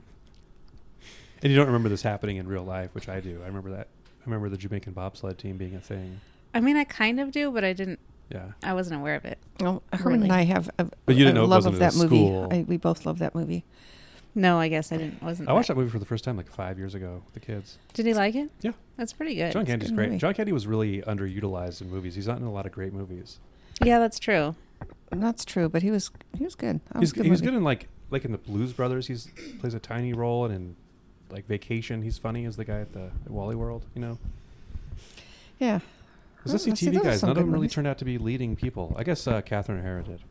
C: and you don't remember this happening in real life, which I do. I remember that. I remember the Jamaican bobsled team being a thing.
D: I mean, I kind of do, but I didn't.
C: Yeah,
D: I wasn't aware of it.
A: well, Herman and
D: Really?
A: I have a,
C: But you didn't
A: a
C: know it
A: love
C: wasn't
A: of
C: at
A: that
C: a
A: movie.
C: school.
A: I, we both love that movie.
D: No, I guess I didn't. Wasn't.
C: I watched that movie for the first time like five years ago with the kids.
D: Did he like it?
C: Yeah.
D: that's pretty good.
C: John Candy's
A: good
C: great.
A: movie.
C: John Candy was really underutilized in movies. He's not in a lot of great movies.
D: Yeah, that's true.
A: And that's true, but he was he was good. That
C: He's,
A: was a good
C: he was
A: movie.
C: good in like like in the Blues Brothers. He's plays a tiny role, and in like Vacation, he's funny as the guy at the at Wally World. You know,
A: Yeah.
C: Is this
A: Oh, see,
C: TV
A: those are
C: guys?
A: some
C: None of
A: good
C: them really
A: movies.
C: turned out to be leading people. I guess uh, Catherine O'Hara did,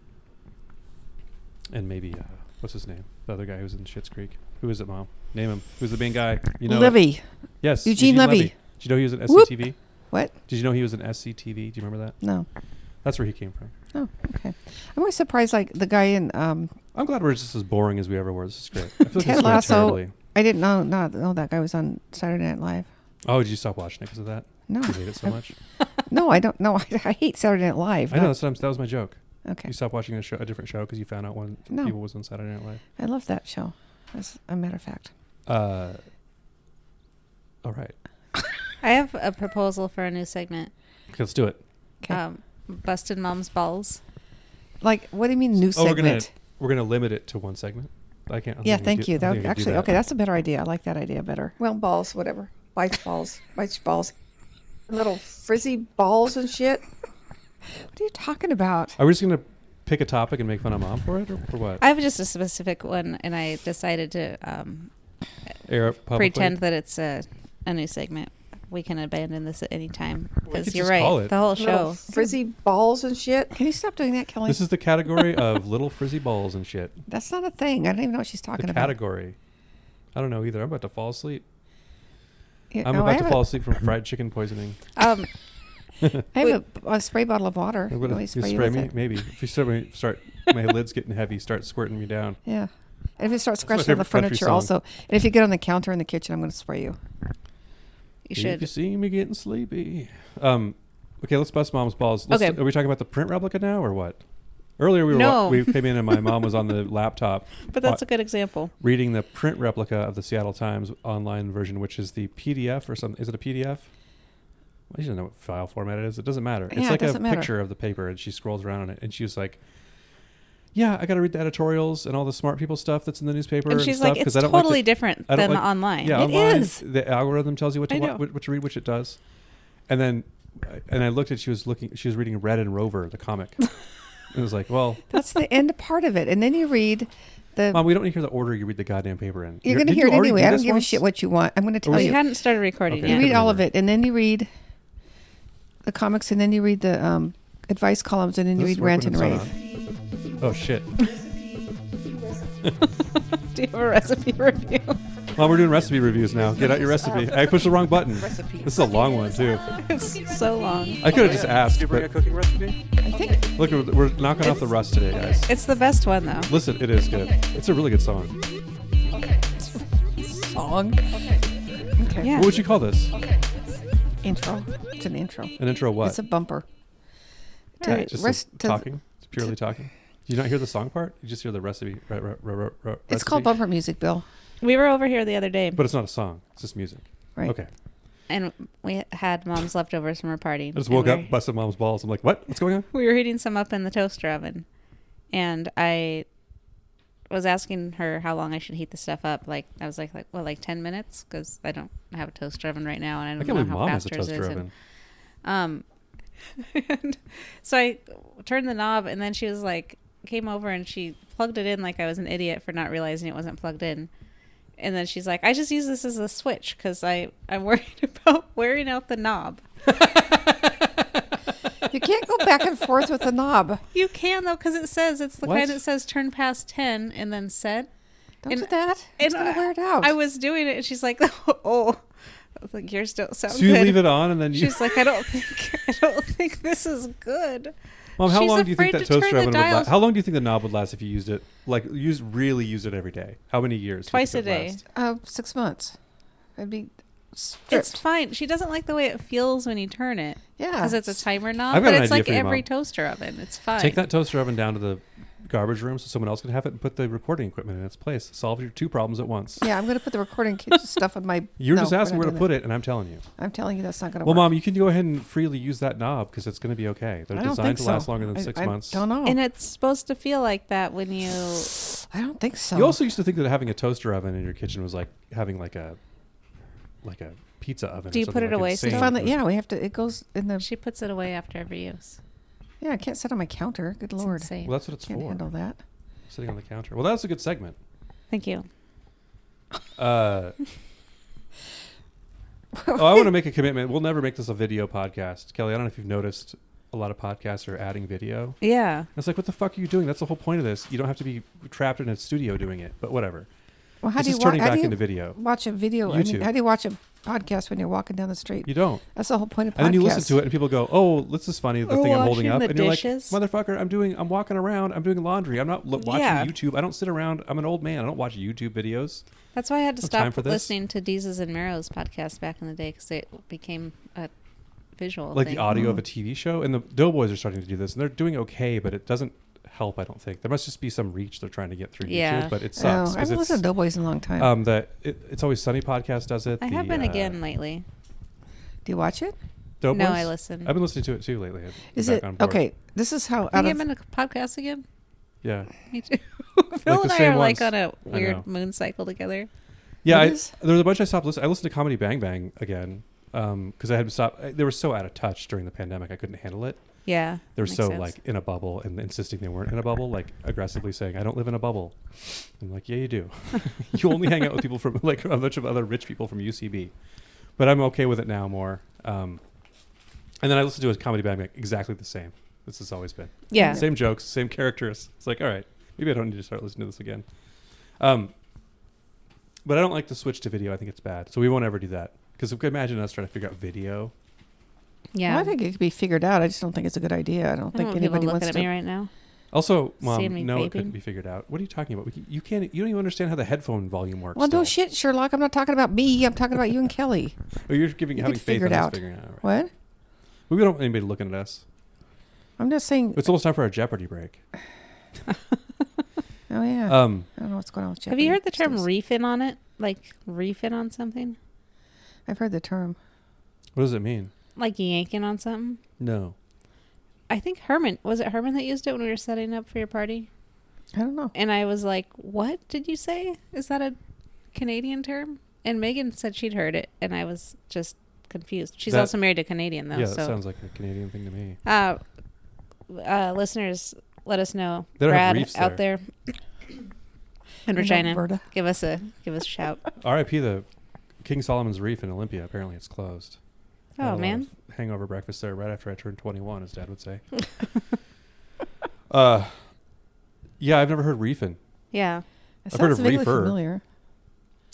C: and maybe uh, what's his name? The other guy who's in Schitt's Creek. Who is it, Mom? Name him. Who's the main guy? You know, it.
A: Livy.
C: Yes,
A: Eugene Levy.
C: Did you know he was an
A: Whoop.
C: SCTV?
A: What?
C: Did you know he was an SCTV? Do you remember that?
A: No.
C: That's where he came from.
A: Oh, okay. I'm always surprised. Like the guy in um,
C: I'm glad we're just as boring as we ever were. This is great. I feel like
A: Ted
C: this went
A: Lasso.
C: terribly.
A: I didn't know. Not know that guy was on Saturday Night Live.
C: Oh, did you stop watching it because of that?
A: No,
C: You hate it so much.
A: no, I don't. No, I, I hate Saturday Night Live.
C: I know.
A: Not-
C: That's what I'm, that was my joke.
A: Okay,
C: You stopped watching a show, a different show, because you found out one
A: No.
C: people was on Saturday Night Live.
A: I love that show. As a matter of fact,
C: Uh, all right,
D: I have a proposal for a new segment.
C: Okay, let's do it.
A: Okay.
D: Um, busted mom's balls.
A: like, what do you mean new
C: Oh, we're
A: segment?
C: gonna we're gonna limit it to one segment. I can't. I don't
A: yeah,
C: think we
A: thank
C: do-
A: you.
C: I don't
A: That would
C: think we do
A: actually
C: that.
A: okay. That's a better idea. I like that idea better.
E: Well, balls, whatever. Bite balls. Bite balls. Little frizzy balls and shit.
A: What are you talking about?
C: Are we just gonna pick a topic and make fun of mom for it, or, or what?
D: I have just a specific one, and I decided to um,
C: Air it publicly?
D: pretend that it's a, a new segment. We can abandon this at any time
C: could
D: because you're
C: just call
D: right.
C: it-
D: The whole
E: Little
D: show.
E: frizzy balls and shit.
A: Can you stop doing that, Kelly?
C: This is the category of little frizzy balls and shit.
A: That's not a thing. I don't even know what she's
C: The
A: talking about.
C: category. I don't know either. I'm about to fall asleep.
A: Yeah,
C: I'm
A: no, I
C: about to
A: have
C: fall
A: a-
C: asleep from fried chicken poisoning.
D: Um,
A: I have a, a spray bottle of water.
C: I'm
A: You
C: gonna
A: want me
C: you
A: to spray
C: spray,
A: you with
C: me.
A: it?
C: Maybe if you start, my- start my lid's getting heavy, start squirting me down.
A: Yeah. And if you start
C: my
A: scratching on the
C: favorite country
A: furniture,
C: song.
A: also, and if you get on the counter in the kitchen, I'm going to spray you.
D: you
C: If
D: should.
C: you see me getting sleepy. Um, okay, let's bust mom's balls. Let's
D: Okay.
C: are we talking about the print replica now or what? Earlier we were
D: No.
C: we came in and my mom was on the laptop
D: but that's a good example.
C: reading the print replica of the Seattle Times online version, which is the PDF or something. Is it a PDF? I don't know what file format it is. It doesn't matter.
A: Yeah,
C: it's
A: it
C: like a
A: doesn't matter.
C: picture of the paper, and she scrolls around on it, and she was like, "Yeah, I got to read the editorials and all the smart people stuff that's in the newspaper."
D: And she's
C: stuff,
D: like, it's
C: 'cause I don't
D: totally
C: like to-
D: different
C: I don't
D: than
C: like-
D: online.
C: yeah,
D: It-
C: online,
A: is.
C: The algorithm tells you what to
D: I
C: wa-
D: know.
C: what, what to read, which it does. And then, and I looked at she was looking. She was reading Red and Rover, the comic. and it was like, well,
A: That's the end part of it. And then you read the.
C: mom, we don't need to hear the order you read the goddamn paper in.
A: Um, you're
C: You're-
A: going to
C: did
A: hear
C: you
A: it
C: already
A: anyway. I
C: this
A: don't give a
C: once?
A: shit what you want. I'm going to
D: Oh,
A: tell
D: you
A: you.
D: hadn't started recording
C: Okay.
A: You
D: yet.
A: read all of
C: remember.
A: it, and then you read the comics, and then you read the um, advice columns, and then you
C: Does this
A: read
C: work
A: rant
C: when
A: and rave.
C: it's on? Oh shit!
D: Do you have a recipe review?
C: Well, we're doing recipe reviews now. Get out your recipe. I pushed the wrong button. This is a long one too.
D: it's so long.
C: I could have just asked. But
F: cooking recipe?
A: I think
C: look, we're- we're knocking off the rust today, guys.
D: It's the best one though.
C: Listen, it is good. It's a really good song.
A: song. Okay.
D: Yeah.
C: What would you call this?
A: Intro. It's an intro.
C: An intro? What?
A: It's a bumper. To
C: Yeah, just
A: rest-
C: the
A: to-
C: talking. It's purely talking. Do you not hear the song part? You just hear the recipe. Re, re, re, re, re,
A: It's called
C: recipe.
A: bumper music, Bill.
D: We were over here the other day,
C: But it's not a song. It's just music.
A: Right.
C: Okay.
D: and we had mom's leftovers from her party.
C: I just
D: and
C: woke
D: we-
C: up, busted mom's balls. I'm like, what? What's going on?
D: We were heating some up in the toaster oven, and I was asking her how long I should heat the stuff up. Like I was like, like well, like ten minutes because I don't have a toaster oven right now, and I
C: I
D: don't
C: can't
D: know
C: believe
D: how
C: mom
D: fast
C: has a
D: hers
C: toaster
D: is.
C: oven.
D: And, um, and so I turned the knob, and then she was like, came over and she plugged it in like I was an idiot for not realizing it wasn't plugged in. And then she's like, I just use this as a switch because I I'm worried about wearing out the knob.
A: You can't go back and forth with the knob.
D: You can though, because it says it's the
C: What?
D: kind that says turn past ten and then set.
A: Don't
D: And-
A: do that. It's
D: and
A: gonna wear it
C: Oh.
A: out.
D: I was doing it, and she's like, "Oh, I was like yours don't sound
C: So you
D: good."
C: leave it on, and then you.
D: she's like, "I don't think, I don't think this is good."
C: Mom, how
D: she's
C: long do you think
D: afraid
C: that
D: to turn
C: toaster
D: the
C: oven would last?
D: dials.
C: How long do you think the knob would last if you used it? Like, use really use it every day. How many years? do you
D: Twice
C: think
D: a
C: it would
D: day.
A: uh,
C: last?
A: six months. I'd be
D: It's
A: stripped.
D: fine. She doesn't like the way it feels when you turn it
A: yeah,
D: because it's a timer knob,
C: I've got
D: but
C: an
D: it's
C: idea
D: like
C: for you,
D: every
C: Mom.
D: toaster oven. It's fine.
C: Take that toaster oven down to the garbage room so someone else can have it and put the recording equipment in its place. Solve your two problems at once.
A: Yeah, I'm gonna put the recording kit- stuff on my.
C: You're
A: No,
C: just
A: we're
C: asking
A: not
C: where
A: doing
C: to put it, and I'm telling you.
A: that. I'm telling you, that's not gonna
C: Well,
A: work.
C: Mom, you can go ahead and freely use that knob because it's going to be okay. They're
A: I don't think
C: designed to last
A: so.
C: longer than
A: I-
C: six
A: I
C: months.
A: Don't know.
D: And it's supposed to feel like that when you.
A: I don't think so.
C: You also used to think that having a toaster oven in your kitchen was like having like a like a pizza oven.
D: Do
C: or
D: you
C: something,
D: put it
C: like
D: away
A: We
C: insane.
D: still?
A: found that- yeah, we have to. It goes in the.
D: She puts it away after every use.
A: Yeah, I can't sit on my counter. Good
D: It's
A: lord,
D: insane.
C: Well, that's what it's
A: can't
C: for.
A: handle that.
C: Sitting on the counter. Well, that's a good segment.
D: Thank you.
C: Uh, oh, I want to make a commitment. We'll never make this a video podcast, Kelly. I don't know if you've noticed. A lot of podcasts are adding video.
D: Yeah.
C: It's like, what the fuck are you doing? That's the whole point of this. You don't have to be trapped in a studio doing it. But whatever.
A: Well, how
C: it's
A: do you
C: just
A: wa-
C: turning
A: how
C: back
A: do you
C: into video.
A: watch a video? I mean,
C: YouTube.
A: how do you watch a podcast when you're walking down the street?
C: You don't.
A: That's the whole point of podcast.
C: And then you listen to it, and people go, "Oh, this is funny." The
D: Or
C: thing I'm holding
D: washing
C: up,
D: the
C: and you're
D: dishes.
C: like, "Motherfucker, I'm doing, I'm walking around, I'm doing laundry. I'm not lo- watching
D: Yeah.
C: YouTube. I don't sit around. I'm an old man. I don't watch YouTube videos."
D: That's why I had to
C: No time
D: stop
C: for this.
D: listening to Deez's and Marrow's podcast back in the day because it became a visual.
C: Like
D: thing.
C: the audio of a TV show, and the Doughboys are starting to do this, and they're doing okay, but it doesn't help. I don't think there must just be some reach they're trying to get through
D: Yeah.
C: YouTube, but it
A: Oh,
C: sucks
A: I haven't
C: it's
A: listened to Doughboys in a long time.
C: um the it, it's always Sunny podcast does it.
D: I
C: the,
D: have been
C: uh,
D: again lately.
A: do you watch it?
C: Doughboys?
D: No, I listen.
C: I've been listening to it too lately. I'm
A: Is
C: back
A: it
C: on board.
A: okay? This is how out
D: Have you
A: of
D: been to podcasts again?
C: Yeah.
D: Me too. Phil
C: the
D: and I
C: same
D: are like
C: ones.
D: on a
C: I know.
D: weird moon cycle together.
C: Yeah,
A: What
C: I,
A: is-
C: there was a bunch I stopped listening. I listened to Comedy Bang Bang again because I had to stop. I- They were so out of touch during the pandemic. I couldn't handle it.
D: Yeah.
C: They were
D: makes
C: so
D: sense.
C: like in a bubble and insisting they weren't in a bubble, like aggressively saying, "I don't live in a bubble." I'm like, "Yeah, you do. you only hang out with people from like a bunch of other rich people from UCB." But I'm okay with it now more. Um, and then I listened to his Comedy Bang Bang exactly the same. This has always been.
D: Yeah.
C: Same jokes, same characters. It's like, all right, maybe I don't need to start listening to this again. Um, but I don't like to switch to video. I think it's bad. So we won't ever do that. Because imagine us trying to figure out video.
D: Yeah.
A: Well, I think it could be figured out. I just don't think it's a good idea. I don't
D: um,
A: think
D: I don't want people
A: anybody
D: looking
A: wants
D: at
A: to.
D: me right now.
C: Also,
D: Seeing me
C: mom, no, it
D: vaping.
C: couldn't be figured out. What are you talking about? We can, you can't. You don't even understand how the headphone volume works.
A: Well, no
C: still.
A: shit, Sherlock. I'm not talking about me. I'm talking about you and Kelly.
C: Or you're giving
A: you
C: having
A: could
C: faith
A: figure
C: in
A: it
C: us
A: out.
C: figuring it out. Right?
A: What?
C: We don't want anybody looking at us.
A: I'm just saying.
C: It's almost time for our Jeopardy break.
A: Oh yeah.
C: Um,
A: I don't know what's going on with
D: Have you heard the
A: Jeopardy
D: term
A: these days.
D: refin on it? Like refin on something?
A: I've heard the term.
C: what does it mean?
D: Like yanking on something?
C: No.
D: I think Herman was it Herman that used it when we were setting up for your party?
A: I don't know.
D: And I was like, "What did you say? Is that a Canadian term?" And Megan said she'd heard it, and I was just confused. She's
C: That-
D: also married to Canadian though,
C: yeah, that
D: so
C: sounds like a Canadian thing to me.
D: uh, uh, listeners, let us know.
C: They don't have
D: Brad
C: reefs
D: out there in
A: In
D: Regina,
A: Alberta.
D: give us a give us a shout.
C: R.I.P. the King Solomon's Reef in Olympia. Apparently, it's closed. Had a
D: Oh
C: lot
D: man,
C: of hangover breakfast there right after I turned 21, as Dad would say. uh, yeah, I've never heard reefing.
D: yeah.
A: It
C: I've heard
A: sounds
C: of
A: vaguely
C: reefer.
A: familiar.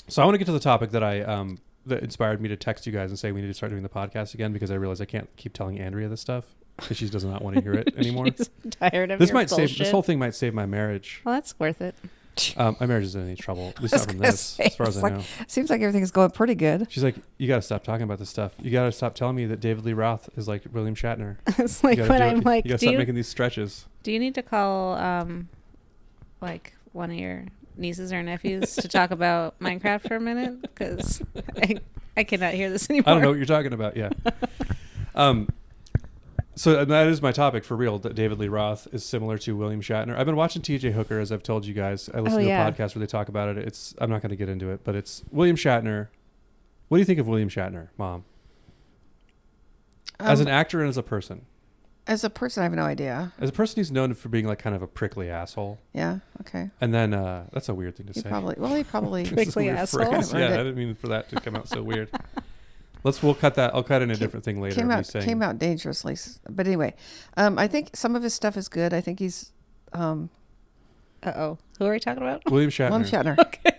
C: So I want to get to the topic that I um that inspired me to text you guys and say we need to start doing the podcast again because I realize I can't keep telling Andrea this stuff because she does not want to hear it anymore.
D: She's tired of
C: this
D: your
C: might
D: bullshit.
C: save this whole thing might save my marriage.
D: Well, that's worth it.
C: Um, my marriage isn't in any trouble. At least
A: I was
C: not from
A: gonna
C: this,
A: say,
C: as far as
A: it's
C: I
A: like-
C: know.
A: Seems like everything's going pretty good.
C: She's like, you got to stop talking about this stuff. You got to stop telling me that David Lee Roth is like William Shatner.
D: it's
C: You
D: like
C: gotta
D: when
C: do it.
D: I'm like,
C: you got to
D: do
C: stop
D: you
C: making these stretches.
D: Do you need to call um like one of your nieces or nephews to talk about Minecraft for a minute? Because I, I cannot hear this anymore.
C: I don't know what you're talking about. Yeah. um, So and that is my topic for real. That David Lee Roth is similar to William Shatner. I've been watching T.J. Hooker, as I've told you guys. I listen
D: Oh,
C: to
D: yeah.
C: a podcast where they talk about it. It's I'm not going to get into it, but it's William Shatner. What do you think of William Shatner, Mom, as
A: Um,
C: an actor and as a person?
A: as a person, I have no idea.
C: As a person, he's known for being like kind of a prickly asshole.
A: Yeah. Okay.
C: And then uh, that's a weird thing to
A: He
C: say.
A: probably. Well, he probably.
C: This is a
D: Prickly
C: weird
D: asshole.
C: phrase.
A: Earned
C: Yeah, I
A: it.
C: didn't mean for that to come out so weird. Let's we'll cut that. I'll cut in a
A: Came-
C: different thing later.
A: came
C: of me
A: out
C: saying-
A: came out dangerously s- but anyway um i think some of his stuff is good i think he's um
D: Uh oh. Who are we talking about?
C: William Shatner.
A: William Shatner.
D: okay.
A: i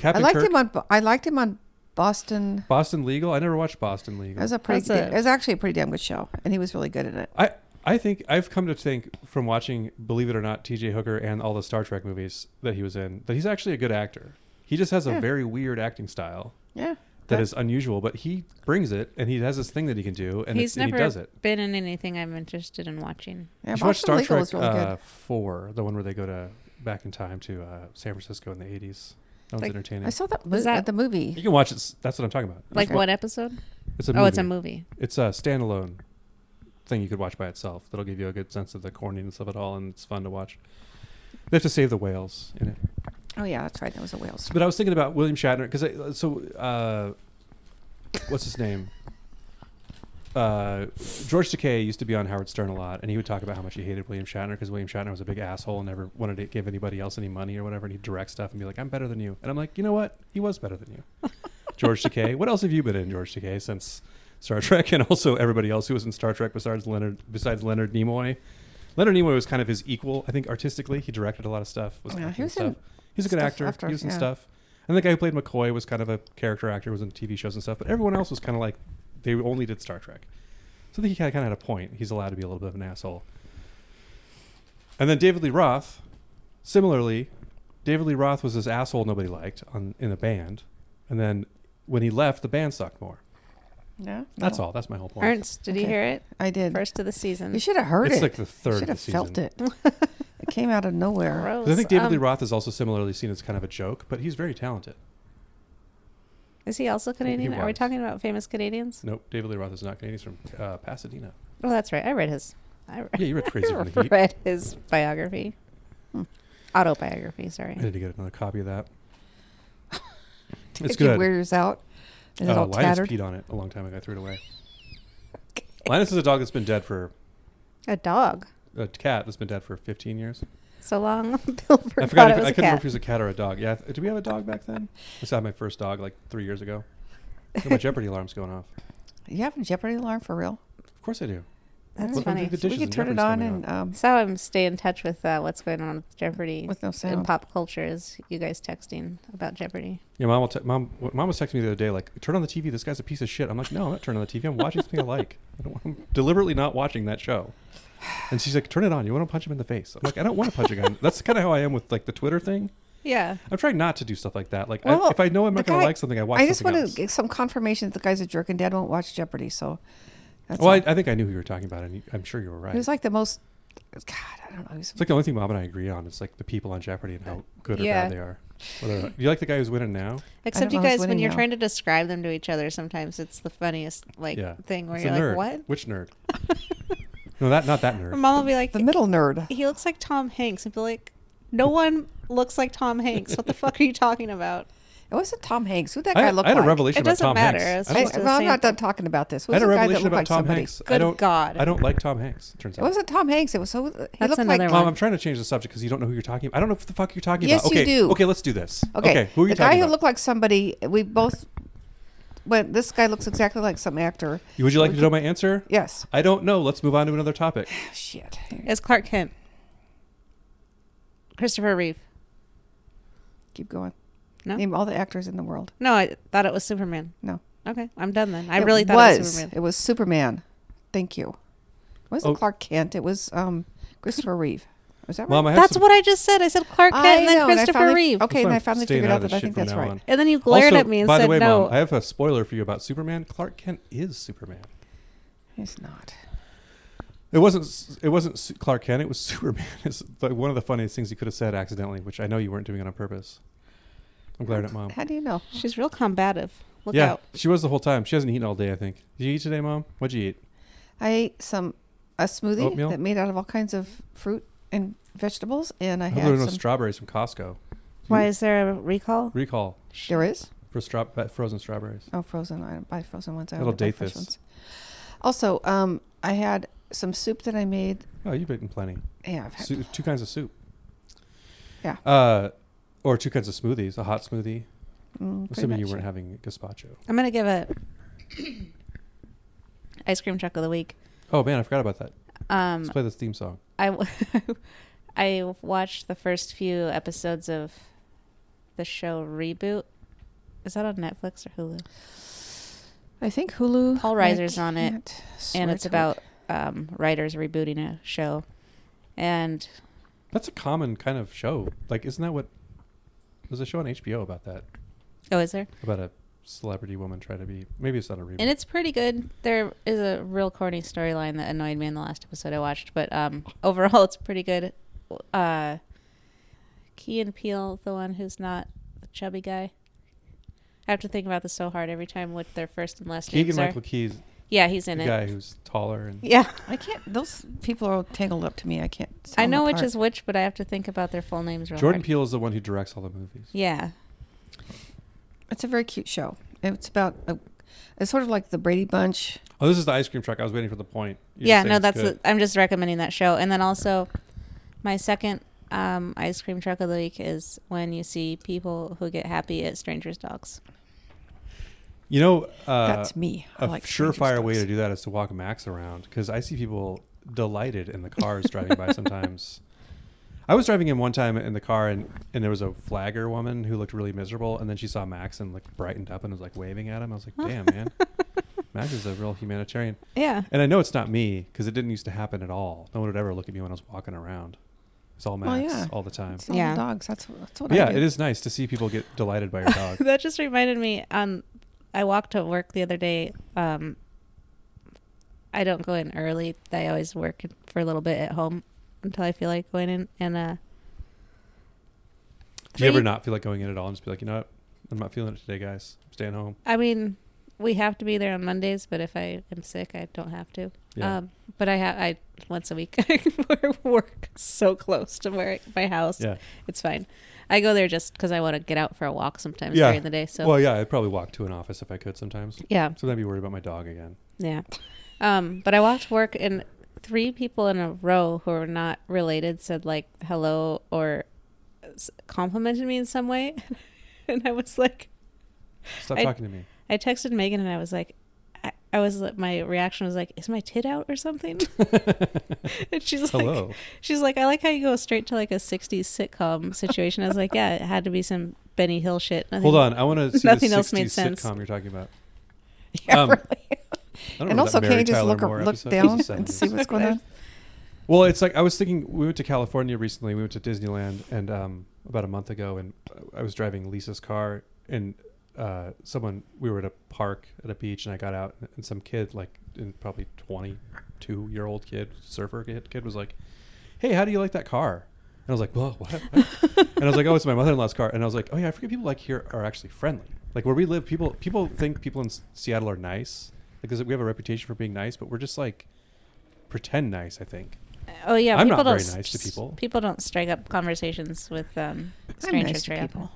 C: Captain
A: liked
C: Kirk.
A: him on Bo- i liked him on boston
C: Boston Legal. I never watched Boston Legal.
A: that was a pretty
D: That's a-
A: it was actually a pretty damn good show and he was really good at it
C: I I think I've come to think from watching, believe it or not, T.J. Hooker and all the Star Trek movies that he was in, that he's actually a good actor. He just has a
A: Yeah.
C: very weird acting style
A: yeah
C: that
A: Yeah.
C: is unusual, but he brings it, and he has this thing that he can do, and,
D: He's
C: it's, and he
D: never
C: does it.
D: been in anything I'm interested in watching.
A: yeah
C: you should watch
A: Boston
C: Star
A: Legal
C: Trek
A: was really
C: uh,
A: good
C: Four, the one where they go to back in time to uh, San Francisco in the eighties. That was
D: Like-
C: entertaining.
A: i saw that, mo-
D: that-
A: at the
C: you
A: movie
C: can watch it. s- That's what I'm talking about.
D: Like
A: Okay.
D: what episode?
C: It's a
D: Oh, it's a movie.
C: It's a standalone thing you could watch by itself. That'll give you a good sense of the corniness of it all, and it's fun to watch. They have to save the whales in it.
A: oh yeah that's right that was a whales
C: But uh, I was thinking about William Shatner because so uh, what's his name? Uh, George Takei used to be on Howard Stern a lot, and he would talk about how much he hated William Shatner because William Shatner was a big asshole and never wanted to give anybody else any money or whatever. And he'd direct stuff and be like, "I'm better than you," and I'm like, "You know what? He was better than you." George Takei. What else have you been in, George Takei, since Star Trek, and also everybody else who was in Star Trek besides Leonard besides Leonard Nimoy? Leonard Nimoy was kind of his equal, I think, artistically. He directed a lot of stuff. Was
A: Oh, Yeah,
C: acting
A: he was
C: stuff.
A: in
C: He's a good
A: stuff
C: actor.
A: after,
C: he was in
A: yeah.
C: stuff. And the guy who played McCoy was kind of a character actor, was in TV shows and stuff. But everyone else was kind of like they only did Star Trek. So I think he kind of had a point. He's allowed to be a little bit of an asshole. And then David Lee Roth, similarly, David Lee Roth was this asshole nobody liked on in a band, and then when he left, the band sucked more.
A: yeah
C: That's all. That's my whole point.
D: Ernst, did you
A: Okay.
D: hear it?
A: i did
D: First of the season.
A: you should have heard
C: it's
A: it
C: like the third
A: should
C: of the
A: have
C: season.
A: felt it it came out of nowhere
D: Gross.
C: 'Cause I think David
D: Um,
C: Lee Roth is also similarly seen as kind of a joke, but he's very talented.
D: Is he also Canadian? Are we
C: was.
D: talking about famous Canadians?
C: Nope, David Lee Roth is not Canadian. He's from uh, Pasadena.
D: Oh, that's right. I read his. I read,
C: Yeah, you read Crazy from the
D: I
C: Heat.
D: read his biography.
A: Hmm.
D: Autobiography,
C: I
D: sorry.
C: need to get another copy of that.
A: Did
C: It's
A: you
C: good.
A: wear yours out is it
C: Uh,
A: all
C: Linus
A: tattered
C: peed on it a long time ago. I threw it away. Linus is a dog that's been dead for
D: A dog.
C: a cat that's been dead for 15 years.
D: So long, Bill
C: I
D: forgot
C: forgot.
D: it
C: If,
D: was
C: I
D: a
C: couldn't remember
D: cat.
C: if he was a cat or a dog. Yeah. Did we have a dog back then? I just had my first dog like three years ago. Look at my Jeopardy alarm's going off.
A: you have a jeopardy alarm for real
C: Of course I do.
D: That's
C: Look, I'm
D: funny.
C: doing the
A: we
C: dishes
A: could
C: and
A: turn it
C: Jeopardy's
A: on
C: coming
A: and um
D: That's how I'm stay in touch with uh, what's going on with Jeopardy
A: with no
D: in
A: sound
D: pop culture is you guys texting about Jeopardy.
C: Yeah, mom, will te- mom, w- mom was texting me the other day, like, turn on the TV. This guy's a piece of shit. I'm like, no, I'm not turning on the TV. I'm watching something I like. I don't, I'm deliberately not watching that show. And she's like, turn it on. You want to punch him in the face? I'm like, I don't want to punch a guy. in- That's kind of how I am with like the Twitter thing.
D: Yeah.
C: I'm trying not to do stuff like that. Like,
A: Well,
C: I, if I know I'm not
A: the
C: going to
A: guy-
C: like something, I watch
A: I just
C: something
A: want
C: else.
A: to get some confirmation that the guy's a jerk and dad won't watch Jeopardy. So that's
C: well, I,
A: all.
C: I think I knew who you were talking about, and you- I'm sure you were right.
A: he was like the most. God, I don't know. He was,
C: it's like the only thing mom and I agree on is like the people on Jeopardy and how good or
D: Yeah.
C: bad they are. Whether, do you like the guy who's winning now?
D: Except you
A: know who's
D: guys, when
A: winning
D: you're
A: now.
D: trying to describe them to each other, sometimes it's the funniest like
C: Yeah.
D: thing where
C: It's a nerd.
D: you're like, "What?"
C: Which nerd? no, that not that
D: Or
C: nerd.
D: mom will be like,
A: the middle nerd.
D: "He looks like Tom Hanks," and be like, "No one looks like Tom Hanks. What the fuck are you talking about?"
A: It wasn't Tom Hanks. Who that
C: I,
A: guy
C: I
A: look
C: had
A: like?
C: a revelation
D: It
C: about
D: doesn't
C: Tom
D: matter.
C: Hanks.
D: It's
C: I
A: I,
C: don't-
D: just a
A: well, I'm not
D: sample.
A: done talking about this. Who
C: I had
A: was
C: a
A: the guy that
C: revelation
A: looked
C: about
A: like
C: Tom
A: somebody?
C: Hanks. I
D: Good
C: don't,
D: God.
C: I don't like Tom Hanks. It turns
A: It
C: out.
A: wasn't Tom Hanks. It was so. He
D: That's
A: looked
D: another
A: like.
D: one.
C: Mom, I'm trying to change the subject because you don't know who you're talking. about. I don't know what the fuck you're talking
A: Yes,
C: about.
A: you
C: Okay,
A: do.
C: okay, let's do this.
A: Okay.
C: who are you
A: the guy
C: talking
A: who
C: about?
A: looked like somebody? We both. When this guy looks exactly like some actor.
C: Would you like to know my answer?
A: Yes.
C: I don't know. Let's move on to another topic.
A: Oh, shit.
D: It's Clark Kent, Christopher Reeve.
A: Keep going.
D: No?
A: Name all the actors in the world.
D: No, I thought it was Superman.
A: No.
D: Okay, I'm done then. I
A: It
D: really thought
A: was.
D: it was Superman.
A: It was Superman. Thank you. It wasn't
C: Oh.
A: Clark Kent. It was um, Christopher Reeve. Was that right?
C: Mom, I have
D: That's
C: some,
D: what I just said. I said Clark Kent and then
A: know, I
D: Christopher
A: finally-
D: Reeve.
A: Okay,
C: that's why
A: and I
C: I'm
A: finally
C: staying
A: figured out
C: of
A: that
C: this
A: I
C: shit
A: think
C: from
A: that's
C: now
A: right.
C: on.
D: And then you glared
C: Also,
D: at me and
C: by
D: said
C: the way,
D: no.
C: Mom, I have a spoiler for you about Superman. Clark Kent is Superman.
A: He's not.
C: It wasn't. s- It wasn't Su- Clark Kent. It was Superman. It's like one of the funniest things you could have said accidentally, which I know you weren't doing it on purpose. I'm glaring at mom.
A: How do you know?
D: She's real combative. Look
C: yeah,
D: out.
C: she was the whole time. She hasn't eaten all day. I think. Did you eat today, mom? What'd you eat?
A: I ate some a smoothie
C: Oatmeal?
A: that made out of all kinds of fruit and vegetables, and I
C: I hope there
A: had
C: were no
A: some.
C: strawberries from Costco. Mm-hmm.
D: Why is there a recall?
C: Recall
A: there is
C: for stra- uh, frozen strawberries.
A: oh frozen. I don't buy frozen ones. I
C: That'll
A: only buy
C: date
A: fresh
C: this.
A: Ones. Also, um, I had some soup that I made.
C: Oh, you've eaten plenty.
A: Yeah, I've had mm,
C: Sou- two kinds of soup.
A: Yeah.
C: Uh, or two kinds of smoothies. A hot smoothie.
A: mm, pretty
C: Assuming you
A: much.
C: weren't having gazpacho.
D: I'm gonna give it ice cream truck of the week.
C: Oh man, I forgot about that.
D: Um,
C: Let's play this theme song.
D: I w- I watched the first few episodes of the show Reboot. Is that on Netflix or Hulu?
A: I think Hulu.
D: Paul
A: I
D: Reiser's on it,
A: can't swear
D: and it's
A: to it.
D: about um, writers rebooting a show. And
C: That's a common kind of show. Like, isn't that what? There's a show on HBO about that.
D: oh, is there?
C: About a celebrity woman trying to be. Maybe it's not a reboot.
D: And it's pretty good. There is a real corny storyline that annoyed me in the last episode I watched, but um, overall, it's pretty good. Uh, Key and Peele, the one who's not the chubby guy. I have to think about this so hard every time what their first and last
C: Keegan
D: names are.
C: Michael Key's
D: Yeah, he's
C: the
D: in it.
C: guy who's taller and
D: Yeah,
A: I can't. Those people are all tangled up to me. I can't.
D: I
A: tell them
D: know which
A: apart.
D: is which, but I have to think about their full names. Real
C: Jordan
D: hard.
C: Peele is the one who directs all the movies.
D: Yeah,
A: It's a very cute show. It's about. A, it's sort of like the Brady Bunch.
C: Oh, this is the ice cream truck. I was waiting for the point. You
D: yeah.
C: just say
D: No,
C: it's
D: that's.
C: good.
D: The, I'm just recommending that show, and then also, my second um, ice cream truck of the week is when you see people who get happy at strangers' dogs.
C: you know uh,
A: That's me. I
C: a
A: like
C: surefire
A: strangers'
C: way to
A: dogs.
C: do that is to walk Max around because I see people delighted in the cars driving by sometimes. I was driving in one time in the car and, and there was a flagger woman who looked really miserable and then she saw Max and like brightened up and was like waving at him. I was like, damn man, Max is a real humanitarian.
D: Yeah.
C: And I know it's not me because it didn't used to happen at all. No one would ever look at me when I was walking around. It's all Max
A: yeah.
C: all the time.
A: It's all
D: Yeah.
A: dogs. That's that's what.
C: But yeah,
A: I do.
C: it is nice to see people get delighted by your dog.
D: that just reminded me on I walked to work the other day. Um I don't go in early. I always work for a little bit at home until I feel like going in and uh
C: Do you ever
D: Three-
C: not feel like going in at all and just be like, you know what? I'm not feeling it today, guys. I'm staying home.
D: I mean, we have to be there on Mondays, but if I am sick, I don't have to.
C: Yeah.
A: Uh,
D: Um but I have I once a week I work so close to where my house.
C: yeah.
D: It's fine. I go there just cuz I want to get out for a walk sometimes
C: Yeah.
D: during the day. So
C: Well, yeah, I'd probably walk to an office if I could sometimes.
D: yeah.
C: Sometimes I'd be worried about my dog again.
D: Yeah. Um, but I walked work and three people in a row who are not related said like hello or s- complimented me in some way. and I was like,
C: Stop
D: I-
C: talking to me.
D: I texted Megan and I was like, I, I was like, my reaction was like, is my tit out or something? and she's like,
C: Hello.
D: she's like, I like how you go straight to like a 60s sitcom situation. I was like, yeah, it had to be some Benny Hill shit. Nothing-
C: Hold on. I want to see
D: Nothing
C: the
D: else made
C: 60s
D: sense.
C: sitcom you're talking about.
A: Yeah,
C: Um,
A: really.
C: I don't
A: And
C: remember
A: also,
C: that
A: can you
C: Mary
A: just
C: Tyler
A: look
C: Moore
A: look
C: episode.
A: down
C: This is
A: and
C: 70s.
A: see what's going on?
C: Well, it's like I was thinking. We went to California recently. We went to Disneyland, and um, about a month ago, and uh, I was driving Lisa's car, and uh, someone we were at a park at a beach, and I got out, and some kid, like in probably twenty-two year old kid, surfer kid, kid, was like, "Hey, how do you like that car?" And I was like, "Whoa, what?" what?" and I was like, "Oh, it's my mother-in-law's car." And I was like, "Oh yeah, I forget people like here are actually friendly. Like where we live, people people think people in S- Seattle are nice because we have a reputation for being nice, but we're just like." pretend nice i think
D: Oh yeah,
C: I'm not
D: people don't
C: very nice to
D: s-
C: people.
D: People don't strike up conversations with um,
A: I'm
D: strangers.
A: nice to
D: right?
A: people.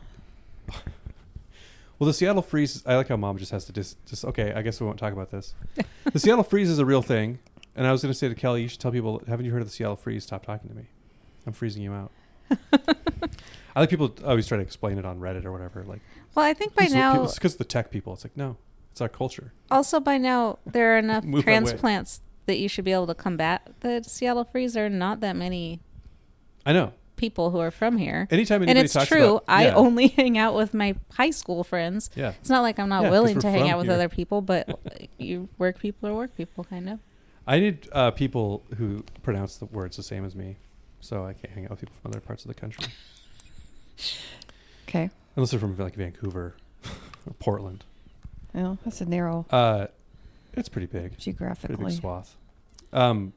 C: Well, the Seattle freeze. I like how mom just has to just, just okay. I guess we won't talk about this. the Seattle freeze is a real thing, and I was going to say to Kelly, you should tell people. Haven't you heard of the Seattle freeze? Stop talking to me. I'm freezing you out. I like people always try to explain it on Reddit or whatever. Like
D: Well, I think by now,
C: because the tech people, it's like no, it's our culture.
D: also by now, there are enough
C: Move that way.
D: transplants that you should be able to combat the Seattle freeze. There are not that many
C: I know.
D: people who are from here,
C: Anytime anybody
D: and it's
C: talks
D: true.
C: about-
D: I
C: yeah,
D: only hang out with my high school friends.
C: yeah.
D: It's not like I'm not
C: Yeah, 'cause
D: willing
C: we're
D: to hang
C: from
D: out with
C: here.
D: other people, but uh, you work people or work people, kind of.
C: I need uh, people who pronounce the words the same as me, so I can't hang out with people from other parts of the country
A: Okay,
C: unless they're from like Vancouver or Portland.
A: well, that's a narrow
C: Uh, it's pretty big. pretty big
A: geographically.
C: swath. Um,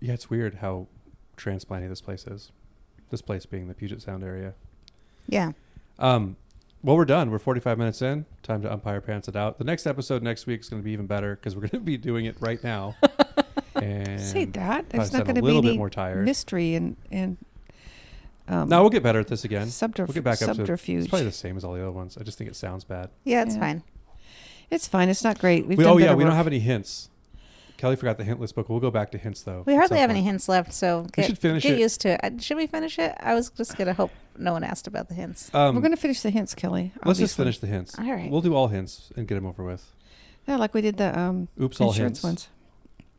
C: yeah, it's weird how transplanting this place is. This place being the Puget Sound area.
D: Yeah.
C: Um, well, we're done. We're 45 minutes in. Time to umpire pants it out. The next episode next week is going to be even better because we're going to be doing it right now. And
A: say that.
C: probably
A: There's not
C: sound
A: going to
C: a
A: be
C: little bit
A: any
C: more tired.
A: mystery and and um,
C: no, we'll get better at this again.
A: subterf-
C: We'll get back up to
A: subterfuge.
C: it's probably the same as all the other ones. I just think it sounds bad.
D: Yeah, it's
A: Yeah.
D: fine.
A: It's fine. It's not great. We've
C: We,
A: done
C: oh yeah,
A: better
C: we don't
A: work.
C: have any hints. Kelly forgot the hintless book. We'll go back to hints though.
D: We
C: at
D: hardly
C: some
D: have
C: point.
D: any hints left, so get,
C: should finish
D: get
C: it.
D: used to it. Uh, Should we finish it? I was just gonna hope no one asked about the hints.
C: Um,
A: We're going to finish the hints, Kelly.
C: let's just
A: obviously.
C: finish the hints.
D: All right.
C: We'll do all hints and get them over with.
A: Yeah, like we did the um,
C: Oops, all
A: insurance ones.
C: hints.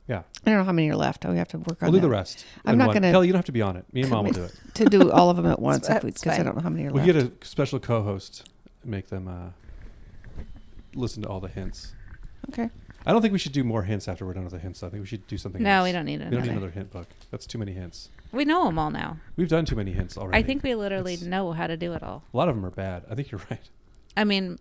C: Yeah.
A: I don't know how many are left. Oh, We have to work on.
C: We'll do
A: that.
C: the rest.
A: I'm
C: in
A: not
C: one.
A: gonna
C: Kelly, you don't have to be on it. Me and Mom will do it.
A: to do all of them at once
D: fi-
A: if we
D: it's
A: because I
D: fine.
A: don't know how many are
C: We
A: left.
C: get a special co-host. and Make them uh, listen to all the hints.
A: okay.
C: I don't think we should do more hints after we're done with the hints. I think we should do something.
D: No,
C: else.
D: we don't need
C: We don't need
D: another.
C: another hint book. That's too many hints.
D: We know them all now.
C: We've done too many hints already.
D: I think we literally
C: It's-
D: know how to do it all.
C: a lot of them are bad. I think you're right.
D: I mean,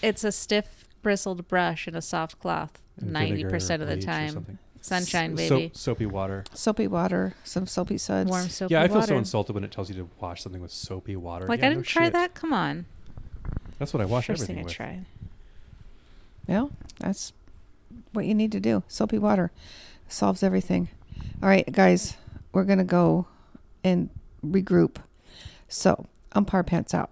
D: it's a stiff bristled brush and a soft cloth
C: And
D: ninety
C: vinegar
D: percent
C: or
D: of the
C: bleach or
D: time.
C: something.
D: Sunshine,
C: So-
D: baby.
C: soapy water.
A: Soapy water, some soapy suds.
D: Warm soap.
C: yeah, I feel
D: water.
C: so insulted when it tells you to wash something with soapy water.
D: Like
C: Yeah,
D: I
C: no
D: didn't try
C: shit.
D: that. Come on.
C: That's what I wash
D: First thing I
C: everything with.
D: tried.
A: Yeah, that's what you need to do. Soapy water solves everything. All right, guys, we're gonna go and regroup. So umpire pants out.